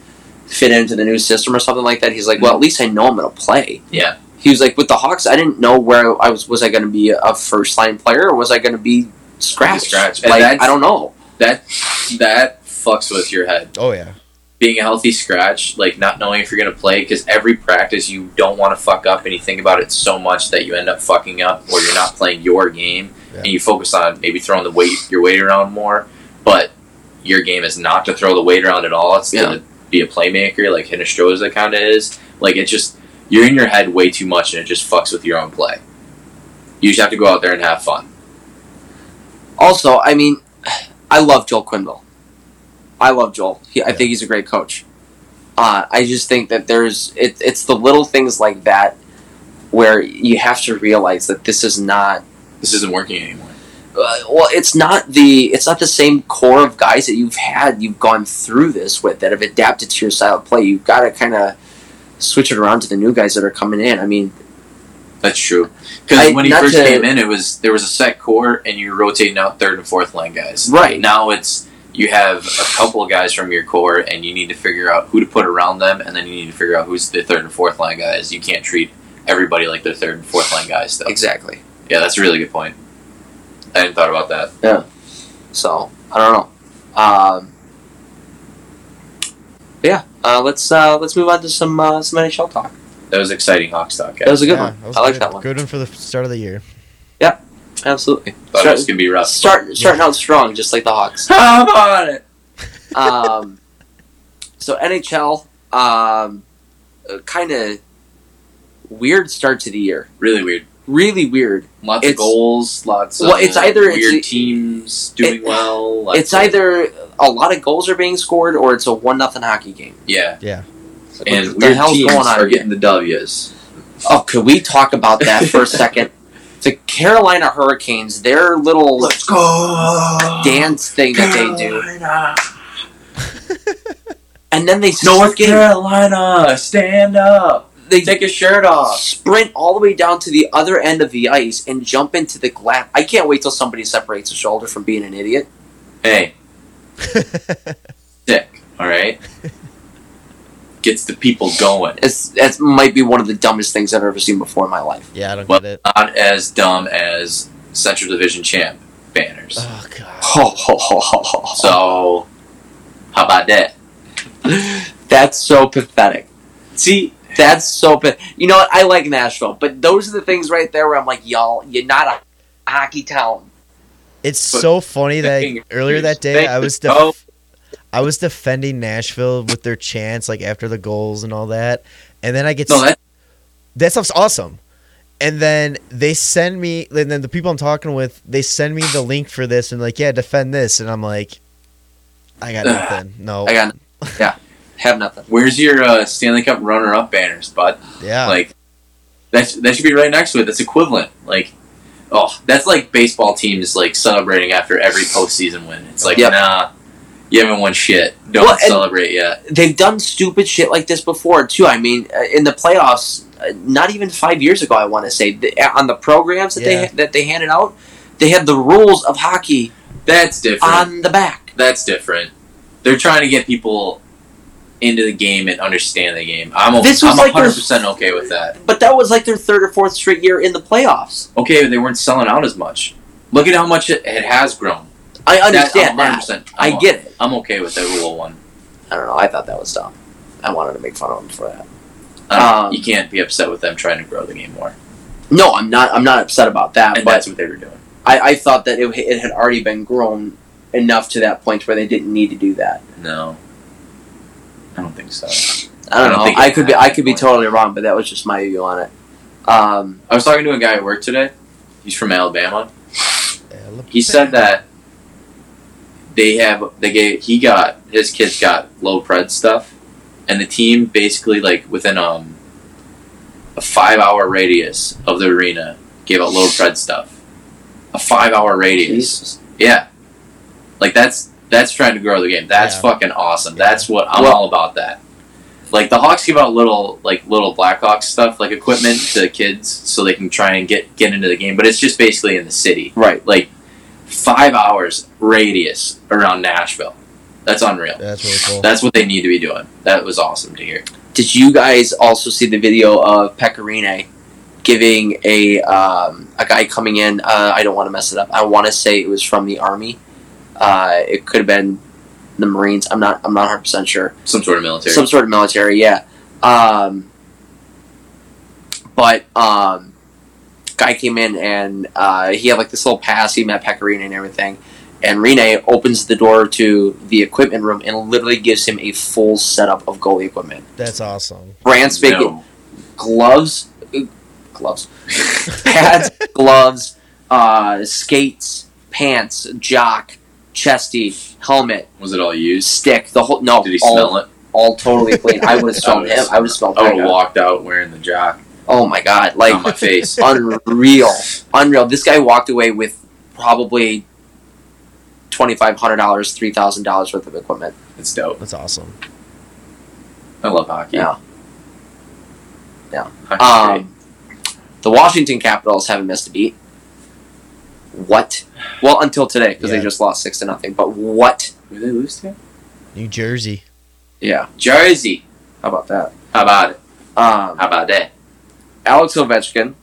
Speaker 2: fit into the new system, or something like that. He's like, well, at least I know I'm gonna play.
Speaker 3: Yeah.
Speaker 2: He was like, with the Hawks, I didn't know where I was. Was I gonna be a first line player, or was I gonna be scratched?
Speaker 3: Scratched. And
Speaker 2: Like
Speaker 3: that's-
Speaker 2: I don't know.
Speaker 3: That that fucks with your head.
Speaker 4: Oh yeah.
Speaker 3: being a healthy scratch, like not knowing if you're going to play, because every practice you don't want to fuck up and you think about it so much that you end up fucking up or you're not playing your game
Speaker 4: Yeah.
Speaker 3: and you focus on maybe throwing the weight, your weight around more. But your game is not to throw the weight around at all. It's
Speaker 2: Yeah.
Speaker 3: to be a playmaker like Hinestroza kind of is. Like it just, you're in your head way too much and it just fucks with your own play. You just have to go out there and have fun.
Speaker 2: Also, I mean, I love Joel Quinville. I love Joel. He, I
Speaker 4: Yeah.
Speaker 2: think he's a great coach. Uh, I just think that there's it, it's the little things like that where you have to realize that this is not
Speaker 3: This isn't working anymore.
Speaker 2: uh, well, it's not the it's not the same core of guys that you've had you've gone through this with that have adapted to your style of play. You've got to kind of switch it around to the new guys that are coming in. I mean,
Speaker 3: That's true.
Speaker 2: I-
Speaker 3: Because when he
Speaker 2: not
Speaker 3: first
Speaker 2: to-
Speaker 3: came in, it was there was a set core, and you're rotating out third and fourth line guys.
Speaker 2: Right.
Speaker 3: now, it's you have a couple of guys from your core, and you need to figure out who to put around them, and then you need to figure out who's the third and fourth line guys. You can't treat everybody like they're third and fourth line guys, though.
Speaker 2: exactly.
Speaker 3: Yeah, that's a really good point. I hadn't thought about that.
Speaker 2: So I don't know. Um, but yeah, uh, let's uh, let's move on to some uh, some NHL talk.
Speaker 3: That was exciting Hawks talk.
Speaker 2: That was a good
Speaker 4: Yeah,
Speaker 2: one.
Speaker 4: was
Speaker 2: I like
Speaker 4: good.
Speaker 2: that one.
Speaker 4: Good one for the start of the year. (laughs)
Speaker 2: Absolutely.
Speaker 3: Thought it
Speaker 2: Start,
Speaker 3: was gonna be rough.
Speaker 2: start starting out strong, just like the Hawks. (laughs)
Speaker 3: I'm on it.
Speaker 2: um, so NHL, um, kind of weird start to the year.
Speaker 3: Really weird.
Speaker 2: Really weird.
Speaker 3: Lots
Speaker 2: It's-
Speaker 3: of goals. Lots
Speaker 2: Well,
Speaker 3: of
Speaker 2: it's either- it's
Speaker 3: weird
Speaker 2: e-
Speaker 3: teams doing
Speaker 2: it-
Speaker 3: well. lots
Speaker 2: It's
Speaker 3: of-
Speaker 2: either a lot of goals are being scored, or it's a one nothing hockey game.
Speaker 3: yeah.
Speaker 4: Yeah.
Speaker 3: and
Speaker 2: what the
Speaker 3: weird
Speaker 2: hell's
Speaker 3: teams
Speaker 2: going on
Speaker 3: are
Speaker 2: here?
Speaker 3: getting the W's.
Speaker 2: Oh, could we talk about that
Speaker 3: (laughs)
Speaker 2: for a second? The Carolina Hurricanes, their little
Speaker 3: go
Speaker 2: dance thing that they do,
Speaker 3: Carolina,
Speaker 2: and then they
Speaker 3: North
Speaker 2: skin,
Speaker 3: Carolina, stand up.
Speaker 2: they
Speaker 3: Take your shirt off.
Speaker 2: sprint all the way down to the other end of the ice and jump into the glass. I can't wait till somebody separates a shoulder from being an idiot.
Speaker 3: Hey, dick. All (laughs) right. Gets the people going.
Speaker 2: It's that might be one of the dumbest things I've ever seen before in my
Speaker 3: (laughs)
Speaker 2: life.
Speaker 4: yeah, I don't
Speaker 3: Well,
Speaker 4: get it.
Speaker 3: not as dumb as Central Division champ banners.
Speaker 4: Oh god.
Speaker 2: Ho, ho, ho, ho, ho, ho.
Speaker 3: So, how about that?
Speaker 2: that's so pathetic.
Speaker 3: See,
Speaker 2: That's so pa- You know what? I like Nashville, but those are the things right there where I'm like, y'all, you're not a hockey town.
Speaker 4: It's
Speaker 3: But
Speaker 4: so funny that
Speaker 3: thinking-
Speaker 4: earlier that day
Speaker 3: Thank
Speaker 4: I
Speaker 3: the
Speaker 4: was
Speaker 2: Oh.
Speaker 3: toe.
Speaker 4: def- I was defending Nashville with their chants like after the goals and all that, and then I get
Speaker 3: no, that
Speaker 4: that stuff's awesome. And then they send me, and then the people I'm talking with, they send me the link for this and like, yeah, defend this, and I'm like, I got
Speaker 3: Ugh.
Speaker 4: nothing. No,
Speaker 2: I got, yeah, have nothing.
Speaker 3: where's your uh, Stanley Cup runner-up banners, bud?
Speaker 4: yeah,
Speaker 3: Like that that should be right next to it. That's equivalent. Like oh, that's like baseball teams like celebrating after every postseason win. It's like
Speaker 2: Yep.
Speaker 3: nah, you haven't won shit. Don't
Speaker 2: Well, and-
Speaker 3: celebrate yet.
Speaker 2: They've done stupid shit like this before too. I mean, uh, in the playoffs, uh, not even five years ago, I want to say, th- on the programs that
Speaker 4: Yeah.
Speaker 2: they that they handed out, they had the rules of hockey
Speaker 3: That's different.
Speaker 2: on the back.
Speaker 3: that's different. They're trying to get people into the game and understand the game. I'm a,
Speaker 2: This was
Speaker 3: I'm
Speaker 2: like their-
Speaker 3: 100 percent okay with that.
Speaker 2: But that was like their third or fourth straight year in the playoffs.
Speaker 3: Okay, they weren't selling out as much. Look at how much it, it has grown.
Speaker 2: I
Speaker 3: That-
Speaker 2: understand
Speaker 3: I'm
Speaker 2: that.
Speaker 3: 100%.
Speaker 2: I
Speaker 3: I'm-
Speaker 2: get it.
Speaker 3: I'm okay with that rule one.
Speaker 2: I don't know. I thought that was dumb. I wanted to make fun of them for that.
Speaker 3: Um,
Speaker 2: Um,
Speaker 3: you can't be upset with them trying to grow the game more.
Speaker 2: No, I'm not. I'm not upset about that.
Speaker 3: And
Speaker 2: but
Speaker 3: that's what they were doing.
Speaker 2: I, I thought that it, it had already been grown enough to that point where they didn't need to do that.
Speaker 3: No, I don't think so.
Speaker 2: I don't,
Speaker 3: I don't think
Speaker 2: know. I
Speaker 3: it
Speaker 2: could be I
Speaker 3: happened
Speaker 2: could be
Speaker 3: more.
Speaker 2: totally wrong, but that was just my view on it. Um,
Speaker 3: I was talking to a guy at work today. He's from Alabama.
Speaker 4: Alabama.
Speaker 3: He said that they have they gave he got his kids got low pred stuff, and the team basically like within um a five hour radius of the arena gave out low pred stuff. A five hour radius. Yeah. Like that's that's trying to grow the game. That's
Speaker 4: Yeah.
Speaker 3: fucking awesome. That's what I'm
Speaker 2: Well-
Speaker 3: all about that. Like the Hawks give out little like little Blackhawks stuff, like equipment to kids so they can try and get get into the game, but it's just basically in the city.
Speaker 2: right.
Speaker 3: Like 5 hours radius around Nashville. That's unreal.
Speaker 4: that's really cool.
Speaker 3: That's what they need to be doing. That was awesome to hear.
Speaker 2: Did you guys also see the video of Pecorine giving a um, a guy coming in? Uh, I don't want to mess it up. I want to say it was from the army. Uh, it could have been the Marines. I'm not. I'm not 100 percent sure.
Speaker 3: Some sort of military.
Speaker 2: Some sort of military. Yeah. Um, but um, guy came in and uh, he had like this little pass. He met Pecorino and everything. And Rene opens the door to the equipment room and literally gives him a full setup of goalie equipment.
Speaker 4: That's awesome.
Speaker 2: Brand spanking
Speaker 3: No.
Speaker 2: gloves, uh, gloves, pads, gloves, uh, skates, pants, jock, chesty, helmet,
Speaker 3: (laughs) Was it all used?
Speaker 2: stick. The whole no,
Speaker 3: Did he
Speaker 2: all,
Speaker 3: smell it?
Speaker 2: all totally clean. I would
Speaker 3: (laughs)
Speaker 2: have smelled
Speaker 3: I
Speaker 2: him. I would have smelled
Speaker 3: I
Speaker 2: that
Speaker 3: would
Speaker 2: guy.
Speaker 3: have walked out wearing the jock
Speaker 2: Oh my god!
Speaker 3: on
Speaker 2: Like
Speaker 3: my face.
Speaker 2: (laughs) unreal, unreal. This guy walked away with probably twenty five hundred dollars, three thousand dollars worth of equipment.
Speaker 3: It's dope.
Speaker 4: (laughs) That's awesome.
Speaker 3: I love hockey.
Speaker 2: Yeah. Yeah.
Speaker 3: Hockey's great.
Speaker 2: Um, the Washington Capitals haven't missed a beat. What? Well, until today because
Speaker 4: Yeah.
Speaker 2: they just lost six to nothing. But what?
Speaker 3: Where they lose to?
Speaker 4: New Jersey.
Speaker 2: Yeah.
Speaker 3: Jersey.
Speaker 2: How about that?
Speaker 3: How about it?
Speaker 2: Um,
Speaker 3: How about that?
Speaker 2: Alex Ovechkin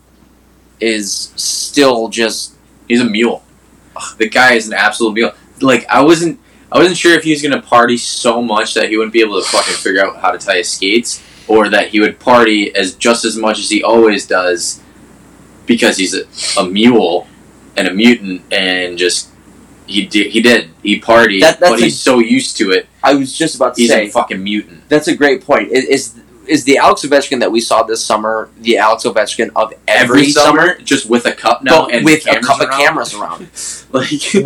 Speaker 2: is still just
Speaker 3: He's a mule. Ugh, the guy is an absolute mule. Like I wasn't, I wasn't sure if he was gonna party so much that he wouldn't be able to fucking figure out how to tie his skates, or that he would party as just as much as he always does, because he's a, a mule and a mutant, and just he did, he did, he partied,
Speaker 2: That- that's
Speaker 3: but
Speaker 2: a-
Speaker 3: he's so used to it,
Speaker 2: I was just about to
Speaker 3: he's
Speaker 2: say
Speaker 3: a fucking mutant.
Speaker 2: that's a great point. Is, is is the Alex Ovechkin that we saw this summer the Alex Ovechkin of every, summer?
Speaker 3: just with a cup now,
Speaker 2: But
Speaker 3: and
Speaker 2: with a
Speaker 3: cameras
Speaker 2: couple of
Speaker 3: around.
Speaker 2: cameras around.
Speaker 3: (laughs) like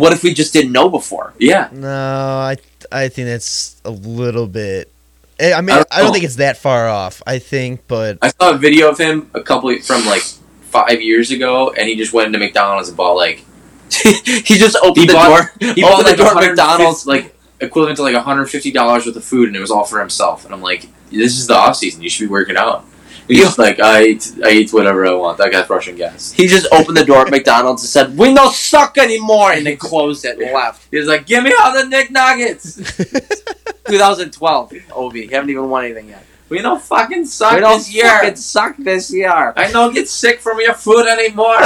Speaker 2: (laughs) what if we just didn't know before? (laughs)
Speaker 3: yeah,
Speaker 4: No, I I think that's a little bit. eh, I I mean, I
Speaker 3: I
Speaker 4: don't,
Speaker 3: don't know.
Speaker 4: think it's that far off. I think, but
Speaker 3: (laughs) I saw a video of him a couple from like five years ago, and he just went into McDonald's and bought like
Speaker 2: he just opened
Speaker 3: He
Speaker 2: the
Speaker 3: bought-
Speaker 2: door. (laughs)
Speaker 3: he
Speaker 2: Open
Speaker 3: bought
Speaker 2: the
Speaker 3: like
Speaker 2: door,
Speaker 3: 150
Speaker 2: McDonald's.
Speaker 3: like equivalent to like 150 dollars worth of food, and it was all for himself. And I'm like, this is the off season. You should be working out. He's
Speaker 2: Yeah.
Speaker 3: just like, I eat, I eat whatever I want. That guy's Russian gas.
Speaker 2: He just opened the door at McDonald's and said, "We don't suck anymore," and then closed it and left.
Speaker 3: He's like, give me all the Nick Nuggets.
Speaker 2: 2012, Ovi. Haven't even won anything yet.
Speaker 3: We don't fucking suck
Speaker 2: we don't
Speaker 3: this year.
Speaker 2: fucking suck this year.
Speaker 3: I don't get sick from your
Speaker 2: (laughs)
Speaker 3: food anymore.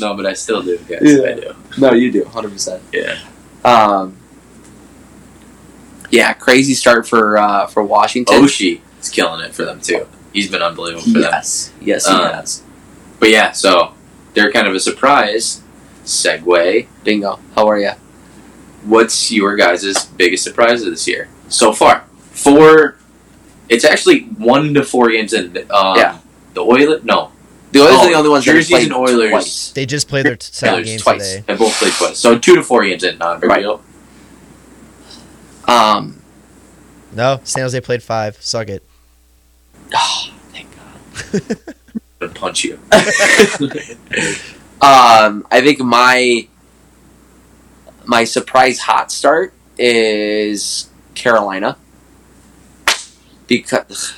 Speaker 3: no, but I still do, guys.
Speaker 2: Yeah.
Speaker 3: I do.
Speaker 2: No, you do, 100. percent
Speaker 3: Yeah.
Speaker 2: Um. Yeah, crazy start for uh, for Washington.
Speaker 3: Oshi is killing it for them too. He's been unbelievable for them.
Speaker 2: yes, yes, he
Speaker 3: Uh,
Speaker 2: has.
Speaker 3: But yeah, so they're kind of a surprise. Segue.
Speaker 2: Bingo. How are you?
Speaker 3: What's your guys' biggest surprise of this year so far? Four. It's actually one to four games in. Um,
Speaker 2: Yeah.
Speaker 3: The Oilers. No.
Speaker 2: The Oilers
Speaker 3: Oh,
Speaker 2: are the only ones that have
Speaker 3: Jerseys
Speaker 2: played
Speaker 3: and Oilers.
Speaker 2: twice.
Speaker 4: they just played their t- second
Speaker 3: Oilers
Speaker 4: game
Speaker 3: twice.
Speaker 4: today.
Speaker 3: They both played twice. So two to four games in. Not a big
Speaker 2: Right.
Speaker 3: deal.
Speaker 2: Um.
Speaker 4: No, San Jose played five. Suck it.
Speaker 2: Thank God.
Speaker 3: I'm gonna
Speaker 2: (laughs)
Speaker 3: punch you.
Speaker 2: Um. I think my my surprise hot start is Carolina because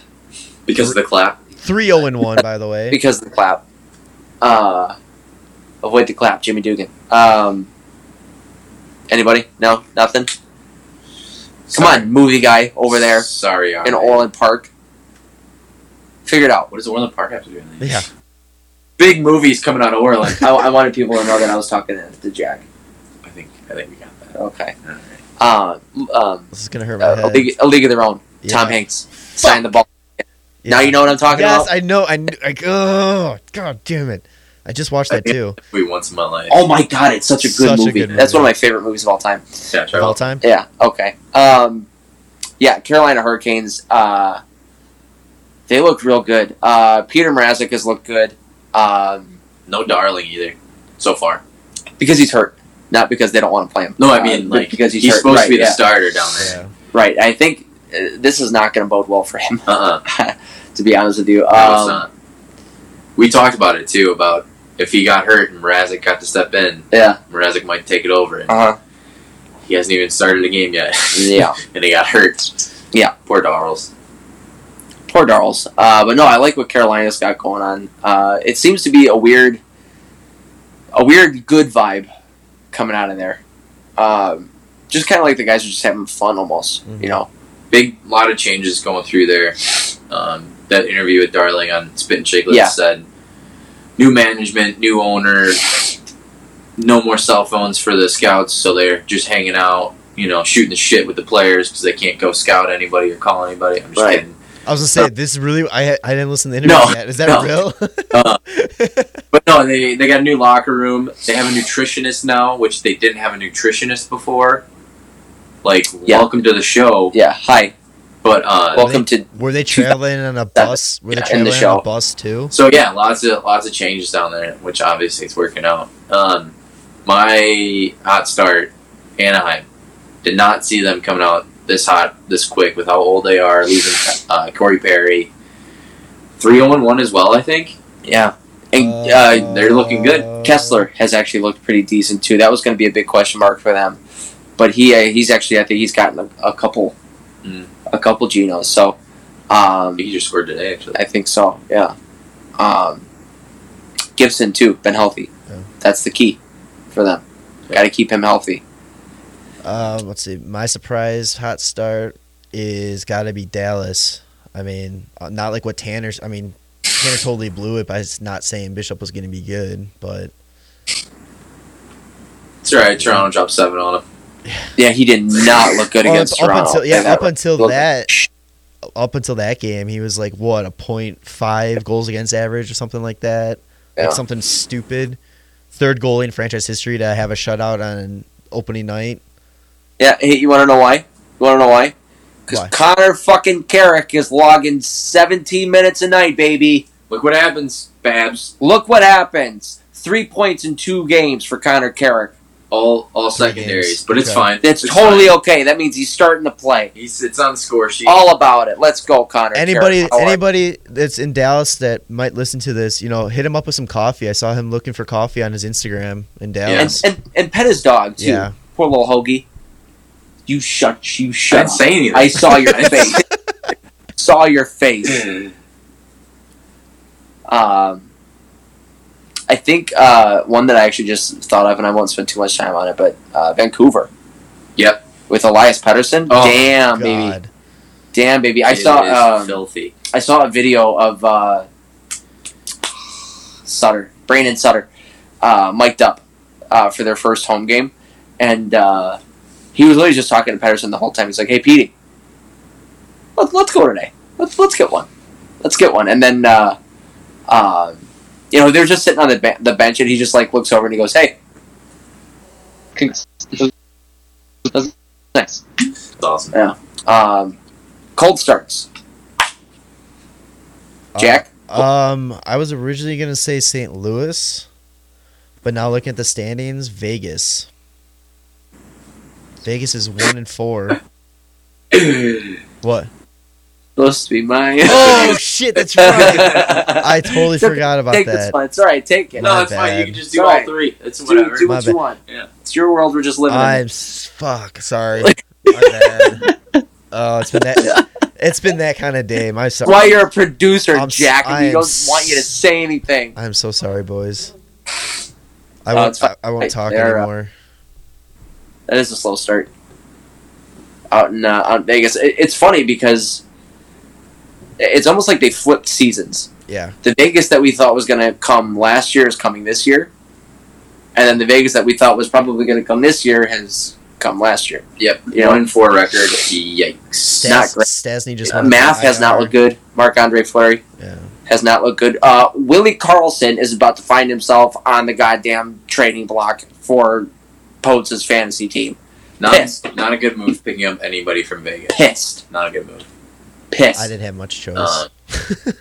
Speaker 3: because of the clap.
Speaker 4: Three zero and one, by the
Speaker 3: (laughs)
Speaker 4: way.
Speaker 2: because of the clap. Uh, avoid the clap, Jimmy Dugan. Um, anybody? No, nothing. Come
Speaker 3: Sorry.
Speaker 2: on, movie guy over there
Speaker 3: Sorry.
Speaker 2: in
Speaker 3: alright.
Speaker 2: Orland Park. Figure it out.
Speaker 3: What does Orland Park have to do? with anything?
Speaker 4: Yeah,
Speaker 3: Big movies coming out of Orland.
Speaker 2: I, I wanted people to know that I was talking to, to Jack.
Speaker 3: (laughs) I think. I think we got that.
Speaker 2: Okay.
Speaker 3: All right.
Speaker 2: Um, um,
Speaker 4: this is gonna hurt my
Speaker 3: Uh,
Speaker 2: a,
Speaker 4: head.
Speaker 2: league, a League of Their Own.
Speaker 4: Yeah.
Speaker 2: Tom Hanks signed the ball.
Speaker 4: Yeah.
Speaker 2: Now you know what I'm talking
Speaker 4: Yes,
Speaker 2: about.
Speaker 4: I know. I kn- like. Oh, god damn it! I just
Speaker 2: (laughs)
Speaker 4: watched that too.
Speaker 3: Movie once in my life.
Speaker 2: oh my God, it's such a good
Speaker 4: Such a
Speaker 2: movie.
Speaker 4: good movie.
Speaker 2: That's one of my favorite movies of all time.
Speaker 3: Yeah,
Speaker 4: Of
Speaker 3: Trevor.
Speaker 4: all time.
Speaker 2: Yeah. Okay. Um, yeah, Carolina Hurricanes. Uh, they look real good. Uh, Peter Mrazek has looked good um,
Speaker 3: No darling either, so far.
Speaker 2: because he's hurt, not because they don't want to play him.
Speaker 3: No, I
Speaker 2: Uh,
Speaker 3: mean
Speaker 2: but
Speaker 3: like
Speaker 2: because he's, hurt.
Speaker 3: supposed
Speaker 2: right,
Speaker 3: to be the
Speaker 2: yeah.
Speaker 3: starter down there.
Speaker 4: Yeah.
Speaker 2: Right. I think uh, this is not going to bode well for him.
Speaker 3: Uh uh
Speaker 2: (laughs) to be honest with you. Um,
Speaker 3: No, it's not. We talked about it too about if he got hurt and Mrazek got to step in,
Speaker 2: Yeah.
Speaker 3: Mrazek might take it over. And
Speaker 2: Uh huh.
Speaker 3: he hasn't even started a game yet.
Speaker 2: Yeah.
Speaker 3: (laughs) and he got hurt.
Speaker 2: Yeah.
Speaker 3: Poor Darls.
Speaker 2: poor Darls. Uh, but no, I like what Carolina's got going on. Uh, it seems to be a weird, a weird good vibe coming out of there. Um, just kind of like the guys are just having fun, almost.
Speaker 4: Mhm.
Speaker 2: You know,
Speaker 3: Big lot of changes going through there. Um, that interview with Darling on Spit and Shake like I
Speaker 2: Yeah.
Speaker 3: said new management, new owner, no more cell phones for the scouts, so they're just hanging out, you know, shooting the shit with the players because they can't go scout anybody or call anybody. I'm just
Speaker 2: Right.
Speaker 3: kidding.
Speaker 4: I was gonna say this is really. I I didn't listen to the
Speaker 3: No,
Speaker 4: interview yet. Is that
Speaker 2: (laughs)
Speaker 3: no.
Speaker 4: real?
Speaker 3: Uh, But no, they they got a new locker room. They have a nutritionist now, which they didn't have a nutritionist before. Like,
Speaker 2: Yeah.
Speaker 3: welcome to the show.
Speaker 2: Yeah. Hi.
Speaker 3: But uh,
Speaker 2: Welcome to
Speaker 4: (laughs) Were they traveling on a bus? Were they
Speaker 2: yeah, in
Speaker 4: traveling
Speaker 2: the
Speaker 4: on
Speaker 2: show.
Speaker 4: a bus too?
Speaker 3: So yeah, lots of lots of changes down there, which obviously it's working out. Um, my hot start, Anaheim, did not see them coming out this hot this quick with how old they are, losing uh, Corey Perry. Three zero one as well, I think.
Speaker 2: yeah. And
Speaker 3: Uh,
Speaker 2: uh,
Speaker 3: they're looking good.
Speaker 2: Kessler has actually looked pretty decent too. That was going to be a big question mark for them, but he uh, he's actually I think he's gotten a, a couple,
Speaker 3: Mm.
Speaker 2: a couple Genos. So, um,
Speaker 3: He just scored today, actually.
Speaker 2: I think so. Yeah. Um, Gibson too been healthy.
Speaker 4: Yeah.
Speaker 2: That's the key for them. Got to keep him healthy.
Speaker 4: Um, let's see. My surprise hot start is got to be Dallas. I mean, uh, not like what Tanner's. I mean, Tanner totally blew it by s- not saying Bishop was going to be good, but
Speaker 3: It's all right. Toronto dropped seven on him.
Speaker 2: Yeah, he did not look good
Speaker 4: Up-
Speaker 2: against
Speaker 4: up,
Speaker 2: Toronto.
Speaker 4: until yeah,
Speaker 2: That
Speaker 4: up until
Speaker 2: looked-
Speaker 4: that, up until that game, he was like what a point five goals against average or something like that,
Speaker 2: Yeah.
Speaker 4: like something stupid. Third goalie in franchise history to have a shutout on opening night.
Speaker 2: Yeah, hey, you want to know why? You want to know why?
Speaker 4: Why?
Speaker 2: Because Connor fucking Carrick is logging 17 minutes a night, baby.
Speaker 3: Look what happens, Babs.
Speaker 2: Look what happens. Three points in two games for Connor Carrick.
Speaker 3: All all
Speaker 4: Three
Speaker 3: secondaries,
Speaker 4: games.
Speaker 3: but it's
Speaker 4: Okay.
Speaker 3: fine.
Speaker 2: That's
Speaker 3: It's
Speaker 2: totally
Speaker 3: fine.
Speaker 2: okay. That means he's starting to play.
Speaker 3: He's it's on the score sheet.
Speaker 2: All about it. Let's go, Connor.
Speaker 4: Anybody,
Speaker 2: Carrick. All right.
Speaker 4: anybody that's in Dallas that might listen to this, you know, hit him up with some coffee. I saw him looking for coffee on his Instagram in
Speaker 2: And,
Speaker 4: Dallas.
Speaker 2: and and pet his dog too.
Speaker 4: Yeah.
Speaker 2: Poor little hoagie. You shut. You
Speaker 3: I
Speaker 2: shut.
Speaker 3: didn't say anything.
Speaker 2: up. I saw
Speaker 3: (laughs)
Speaker 2: your face. saw your face.
Speaker 3: Mm.
Speaker 2: Um, I think uh, one that I actually just thought of, and I won't spend too much time on it, but uh, Vancouver.
Speaker 3: Yep.
Speaker 2: With Elias Pettersson.
Speaker 3: Oh,
Speaker 2: Damn, baby.
Speaker 4: God.
Speaker 2: Damn, baby. I
Speaker 3: It is
Speaker 2: saw. Um,
Speaker 3: filthy.
Speaker 2: I saw a video of uh, Sutter, Brandon Sutter, uh, mic'd up uh, for their first home game, and uh, he was literally just talking to Pedersen the whole time. He's like, "Hey, Petey, let, let's go today. Let's let's get one. Let's get one." And then, uh, um, you know, they're just sitting on the be- the bench, and he just like looks over and he goes, "Hey." Congrats. Nice.
Speaker 3: It's awesome.
Speaker 2: Um, cold starts.
Speaker 4: Uh-huh.
Speaker 2: Jack,
Speaker 4: Um, I was originally gonna say St. Louis, but now looking at the standings, Vegas. Vegas is one and four. what?
Speaker 2: supposed to be mine.
Speaker 4: Oh (laughs) shit! That's right. I totally
Speaker 2: It's okay.
Speaker 4: forgot about
Speaker 2: take this
Speaker 4: that.
Speaker 2: one. It's all right. Take it.
Speaker 4: My
Speaker 3: no, it's fine. You
Speaker 4: bad.
Speaker 3: can just do
Speaker 2: Sorry.
Speaker 3: all three. It's
Speaker 2: do,
Speaker 3: whatever.
Speaker 2: do
Speaker 4: My
Speaker 2: what
Speaker 4: bad.
Speaker 2: you want.
Speaker 3: Yeah.
Speaker 2: It's your world. We're just living in.
Speaker 4: I'm
Speaker 2: it.
Speaker 4: s-
Speaker 2: (laughs)
Speaker 4: fuck. Sorry. My bad. Oh, it's been that. It's been that kind of day. My
Speaker 2: That's
Speaker 4: sorry.
Speaker 2: why you're a producer,
Speaker 4: I'm s-
Speaker 2: Jack, and
Speaker 4: I
Speaker 2: we
Speaker 4: am
Speaker 2: don't
Speaker 4: s-
Speaker 2: want you to say anything.
Speaker 4: I'm so sorry, boys. I
Speaker 2: No,
Speaker 4: won't.
Speaker 2: it's fine.
Speaker 4: I, I won't talk
Speaker 2: They're, uh,
Speaker 4: anymore.
Speaker 2: That is a slow start. Out in uh, out in Vegas, It- it's funny because it's almost like they flipped seasons.
Speaker 4: Yeah.
Speaker 2: The Vegas that we thought was going to come last year is coming this year, and then the Vegas that we thought was probably going to come this year has come last year.
Speaker 3: Yep.
Speaker 2: Yeah.
Speaker 3: One and four record. Yikes.
Speaker 4: Stas-
Speaker 2: not great.
Speaker 4: Stasny just went to
Speaker 2: Uh, Math has not
Speaker 4: IR.
Speaker 2: looked good. Marc Andre Fleury.
Speaker 4: Yeah.
Speaker 2: has not looked good. Uh, Willie Carlson is about to find himself on the goddamn trading block for Potes' fantasy team.
Speaker 3: Not, not a good move picking up anybody from Vegas.
Speaker 2: Pissed.
Speaker 3: Not a good move.
Speaker 4: I
Speaker 2: Pissed.
Speaker 4: didn't have much choice. (laughs)
Speaker 3: Uh,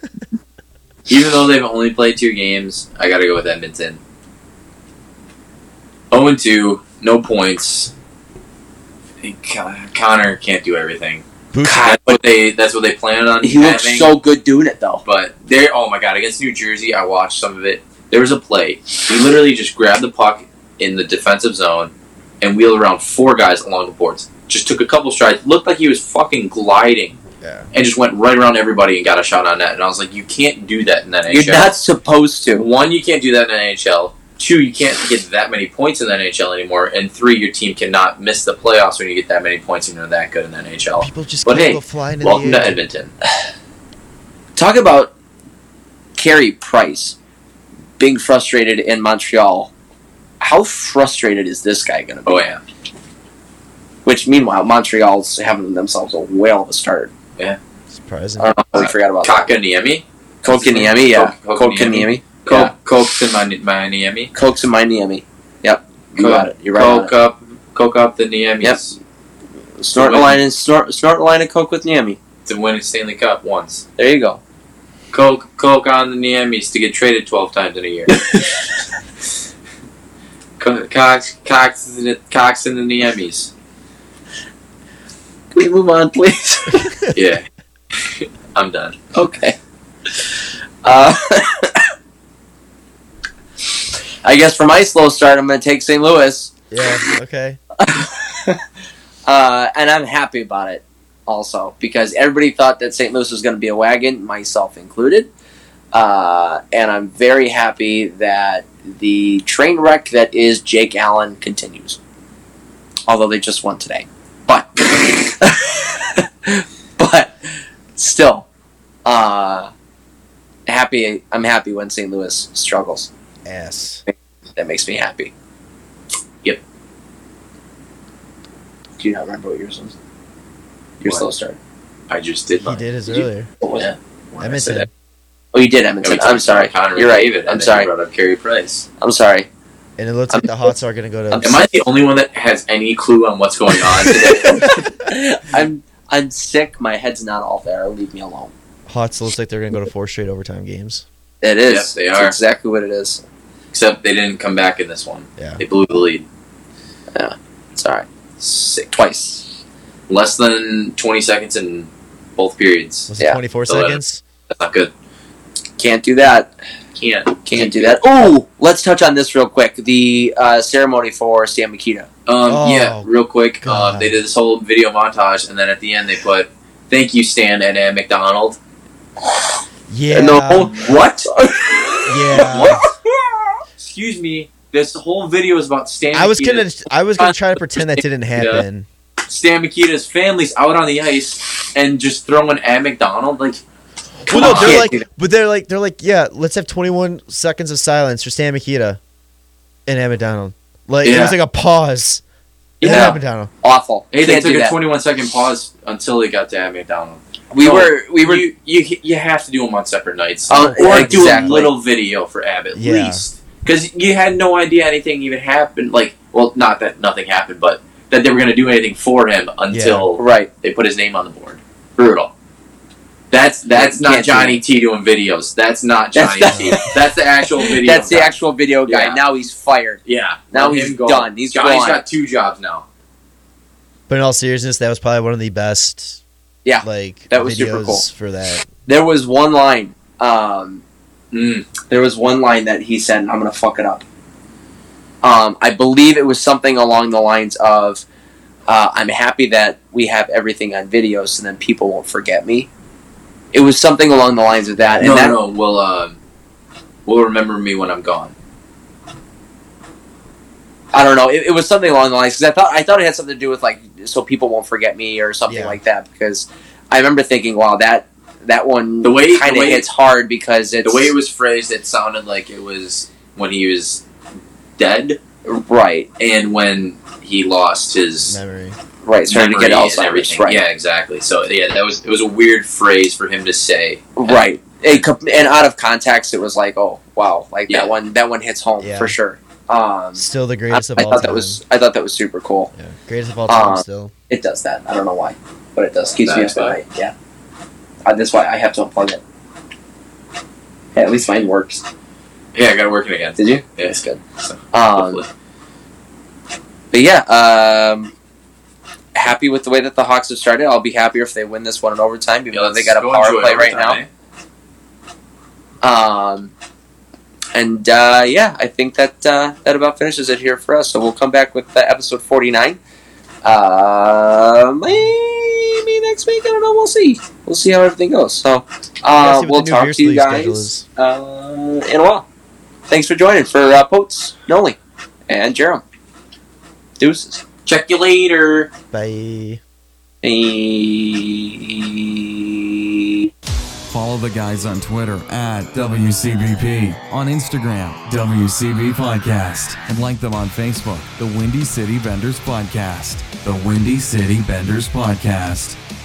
Speaker 3: even though they've only played two games, I got to go with Edmonton. 0 and 2, no points. And Con- Connor can't do everything.
Speaker 4: Boots,
Speaker 2: God,
Speaker 3: That's what they. That's what they planned on.
Speaker 2: He looks
Speaker 3: having.
Speaker 2: so good doing it, though.
Speaker 3: But there, oh my god, against New Jersey, I watched some of it. There was a play. He literally just grabbed the puck in the defensive zone and wheeled around four guys along the boards. Just took a couple strides. Looked like he was fucking gliding.
Speaker 4: Yeah.
Speaker 3: And just went right around everybody and got a shot on net. And I was like, you can't do that in the NHL.
Speaker 2: You're not supposed to.
Speaker 3: One, you can't do that in the NHL. Two, you can't get that many points in the NHL anymore. And three, your team cannot miss the playoffs when you get that many points and you're that good in the NHL.
Speaker 4: people just
Speaker 3: But
Speaker 4: can't
Speaker 3: oh, hey,
Speaker 4: go flying in
Speaker 3: Welcome
Speaker 4: the
Speaker 3: to
Speaker 4: air.
Speaker 3: Edmonton.
Speaker 2: Talk about Carey Price being frustrated in Montreal how frustrated is this guy going to be?
Speaker 3: Oh yeah,
Speaker 2: Which meanwhile, Montreal's having themselves a whale of a start.
Speaker 4: Surprising.
Speaker 3: Uh,
Speaker 4: (laughs)
Speaker 2: I don't know. how We forgot about that.
Speaker 3: Kaka Niemi,
Speaker 2: Kokaniemi, yeah.
Speaker 3: Ko- Kokaniemi.
Speaker 2: Kokaniemi.
Speaker 3: Coke, Coke's in my, my Niemi.
Speaker 2: Cokes in my Niemi. Yep. You
Speaker 3: Coke-
Speaker 2: got it. You're right. on it.
Speaker 3: Coke up, Coke up the Niemis
Speaker 2: Snort a line and snort, snort a line of Coke with Niemi.
Speaker 3: to win a Stanley Cup once.
Speaker 2: There you
Speaker 3: (laughs)
Speaker 2: go.
Speaker 3: Coke, Coke on the Niemis to get traded twelve times in
Speaker 2: (laughs)
Speaker 3: a year. Co- Cox, Cox, is in it- Cox in the Niemis.
Speaker 2: Can we move on, please? (laughs)
Speaker 3: Yeah, (laughs) I'm done.
Speaker 2: okay. Uh, (laughs) I guess for my slow start, I'm going to take St. Louis.
Speaker 4: yeah. Okay.
Speaker 2: Uh, and I'm happy about it also because everybody thought that St. Louis was going to be a wagon, myself included. Uh, and I'm very happy that the train wreck that is Jake Allen continues. Although they just won today. But, (laughs) but still, uh, happy. I'm happy when St. Louis struggles.
Speaker 4: Ass.
Speaker 2: That makes me happy.
Speaker 3: Yep.
Speaker 2: Do you not remember what yours was? Your
Speaker 3: What?
Speaker 2: slow start.
Speaker 3: I just did.
Speaker 4: He
Speaker 3: Mine.
Speaker 4: did his
Speaker 2: Did you-
Speaker 4: earlier.
Speaker 2: What was
Speaker 3: Yeah.
Speaker 2: it?
Speaker 4: I missed
Speaker 3: said
Speaker 4: it.
Speaker 2: Oh, you did
Speaker 3: No,
Speaker 2: Edmonton.
Speaker 3: we
Speaker 2: I'm
Speaker 3: talked
Speaker 2: sorry.
Speaker 3: about Connor
Speaker 2: You're right.
Speaker 3: McDavid, and
Speaker 2: I'm
Speaker 3: then
Speaker 2: sorry.
Speaker 3: you Brought up Carey Price.
Speaker 2: I'm
Speaker 3: (laughs)
Speaker 2: sorry.
Speaker 4: And it looks like the Hawks are gonna go to.
Speaker 3: Am I the only one that has any clue on what's going
Speaker 2: (laughs)
Speaker 3: on today?
Speaker 4: (laughs)
Speaker 2: I'm I'm sick. My head's not all there. Leave me alone.
Speaker 4: Hawks looks like they're gonna go to four straight overtime games.
Speaker 2: It is.
Speaker 3: Yep, they
Speaker 2: It's
Speaker 3: are.
Speaker 2: exactly what it is.
Speaker 3: Except they didn't come back in this one.
Speaker 4: Yeah.
Speaker 3: They blew the lead.
Speaker 2: It's all right.
Speaker 3: Sick.
Speaker 2: Twice.
Speaker 3: Less than 20 seconds in both periods.
Speaker 4: Was it
Speaker 2: Yeah.
Speaker 4: 24
Speaker 3: Eleven.
Speaker 4: seconds?
Speaker 3: That's not good.
Speaker 2: Can't do that.
Speaker 3: Can't.
Speaker 2: Can't do that. Oh, let's touch on this real quick. The uh, ceremony for Sam Mikita.
Speaker 3: Um,
Speaker 4: Oh,
Speaker 3: yeah, real quick. Um,
Speaker 4: God.
Speaker 3: they did this whole video montage, and then at the end they put, thank you, Stan and Ann McDonald.
Speaker 4: Yeah.
Speaker 2: No. What?
Speaker 4: Yeah.
Speaker 3: Excuse me. This whole video is about Stan
Speaker 4: I was
Speaker 3: Mikita-
Speaker 4: gonna. I was gonna try to pretend that didn't happen.
Speaker 3: Stan Mikita's family's out on the ice and just throwing at McDonald. Like, come
Speaker 4: Well, no,
Speaker 3: on.
Speaker 4: they're
Speaker 2: Yeah,
Speaker 4: like,
Speaker 2: dude.
Speaker 4: but they're like, they're like, yeah. Let's have 21 seconds of silence for Stan Mikita and Emmett Donald. Like it
Speaker 3: Yeah.
Speaker 4: was like a pause. And then
Speaker 3: Yeah.
Speaker 4: Emmett Donald.
Speaker 2: Awful.
Speaker 3: Hey, they
Speaker 2: Can't
Speaker 3: took
Speaker 2: do
Speaker 3: a
Speaker 2: that.
Speaker 3: 21 second pause until they got to at McDonald.
Speaker 2: we
Speaker 3: No,
Speaker 2: were we were
Speaker 3: Oh, You, you you have to do them on separate nights,
Speaker 2: Oh,
Speaker 3: or do a
Speaker 2: exactly.
Speaker 3: little video for Abbott, at
Speaker 4: Yeah.
Speaker 3: least, because you had no idea anything even happened. Like, well, not that nothing happened, but that they were going to do anything for him until
Speaker 2: right.
Speaker 3: they put his name on the board. Brutal. That's that's
Speaker 2: Yeah,
Speaker 3: not
Speaker 2: can't do
Speaker 3: Johnny T doing videos. That's not
Speaker 2: That's
Speaker 3: Johnny
Speaker 2: not-
Speaker 3: T. That's
Speaker 2: (laughs)
Speaker 3: the actual video.
Speaker 2: That's the
Speaker 3: guy.
Speaker 2: actual video guy.
Speaker 3: Yeah.
Speaker 2: Now he's fired.
Speaker 3: Yeah.
Speaker 2: Now
Speaker 3: let
Speaker 2: he's
Speaker 3: him go.
Speaker 2: done. He's
Speaker 3: Johnny's
Speaker 2: gone.
Speaker 3: got two jobs now.
Speaker 4: But in all seriousness, that was probably one of the best.
Speaker 2: Yeah,
Speaker 4: Like
Speaker 2: that was
Speaker 4: videos
Speaker 2: super cool.
Speaker 4: for that.
Speaker 2: There was one line. Um,
Speaker 3: Mm.
Speaker 2: there was one line that he said, and I'm gonna fuck it up. Um, I believe it was something along the lines of, uh, "I'm happy that we have everything on video, so then people won't forget me." It was something along the lines of that, and
Speaker 3: No,
Speaker 2: that
Speaker 3: no. Well, um, will remember me when I'm gone.
Speaker 2: I don't know. It, it was something along the lines because I thought I thought it had something to do with like so people won't forget me or something
Speaker 4: Yeah.
Speaker 2: like that. Because I remember thinking, "Wow, that that one
Speaker 3: The way- the
Speaker 2: kind of
Speaker 3: way-
Speaker 2: hits hard because it's
Speaker 3: the way it was phrased, it sounded like it was when he was dead
Speaker 2: right,
Speaker 3: and when he lost his
Speaker 4: Memory.
Speaker 2: right, starting to
Speaker 3: memory
Speaker 2: get
Speaker 3: and
Speaker 2: Alzheimer's,
Speaker 3: everything.
Speaker 2: right,
Speaker 3: Yeah, exactly. So yeah, that was it was a weird phrase for him to say.
Speaker 2: right." It, com- and out of context, it was like, "Oh, wow!" Like
Speaker 3: Yeah.
Speaker 2: that one that one hits home
Speaker 4: Yeah.
Speaker 2: for sure. Um,
Speaker 4: Still the
Speaker 2: I, I
Speaker 4: greatest of all
Speaker 2: thought
Speaker 4: time.
Speaker 2: that was I thought that was super cool.
Speaker 4: yeah. greatest of all time.
Speaker 2: Uh,
Speaker 4: still.
Speaker 2: It does that. I don't know why, but it does. Keeps me
Speaker 3: That's
Speaker 2: up at night. Yeah, uh, that's why I have to unplug it. at least mine works.
Speaker 3: Yeah, I got it working again.
Speaker 2: Did you?
Speaker 3: Yeah,
Speaker 2: That's good.
Speaker 3: So,
Speaker 2: Um,
Speaker 3: hopefully.
Speaker 2: but yeah, um, happy with the way that the Hawks have started. I'll be happier if they win this one in overtime, even
Speaker 3: Yeah,
Speaker 2: though
Speaker 3: let's
Speaker 2: they got a
Speaker 3: go
Speaker 2: power
Speaker 3: enjoy
Speaker 2: play
Speaker 3: it
Speaker 2: right
Speaker 3: overtime,
Speaker 2: now. Um, and uh, yeah, I think that uh, that about finishes it here for us. So we'll come back with uh, episode forty nine. Uh, maybe next week. I don't know. We'll see. We'll see how everything goes. So
Speaker 4: Yeah,
Speaker 2: uh,
Speaker 4: see what
Speaker 2: we'll
Speaker 4: the new
Speaker 2: talk
Speaker 4: beer
Speaker 2: to you
Speaker 4: sleeve schedule
Speaker 2: guys
Speaker 4: is.
Speaker 2: uh, in a while. Thanks for joining for uh, Potes, Noli, and Jerem. Deuces.
Speaker 3: eh? Check you later.
Speaker 4: Bye.
Speaker 2: Bye.
Speaker 1: Follow the guys on Twitter at WCBP, on Instagram, WCB Podcast, and like them on Facebook, The Windy City Benders Podcast. The Windy City Benders Podcast.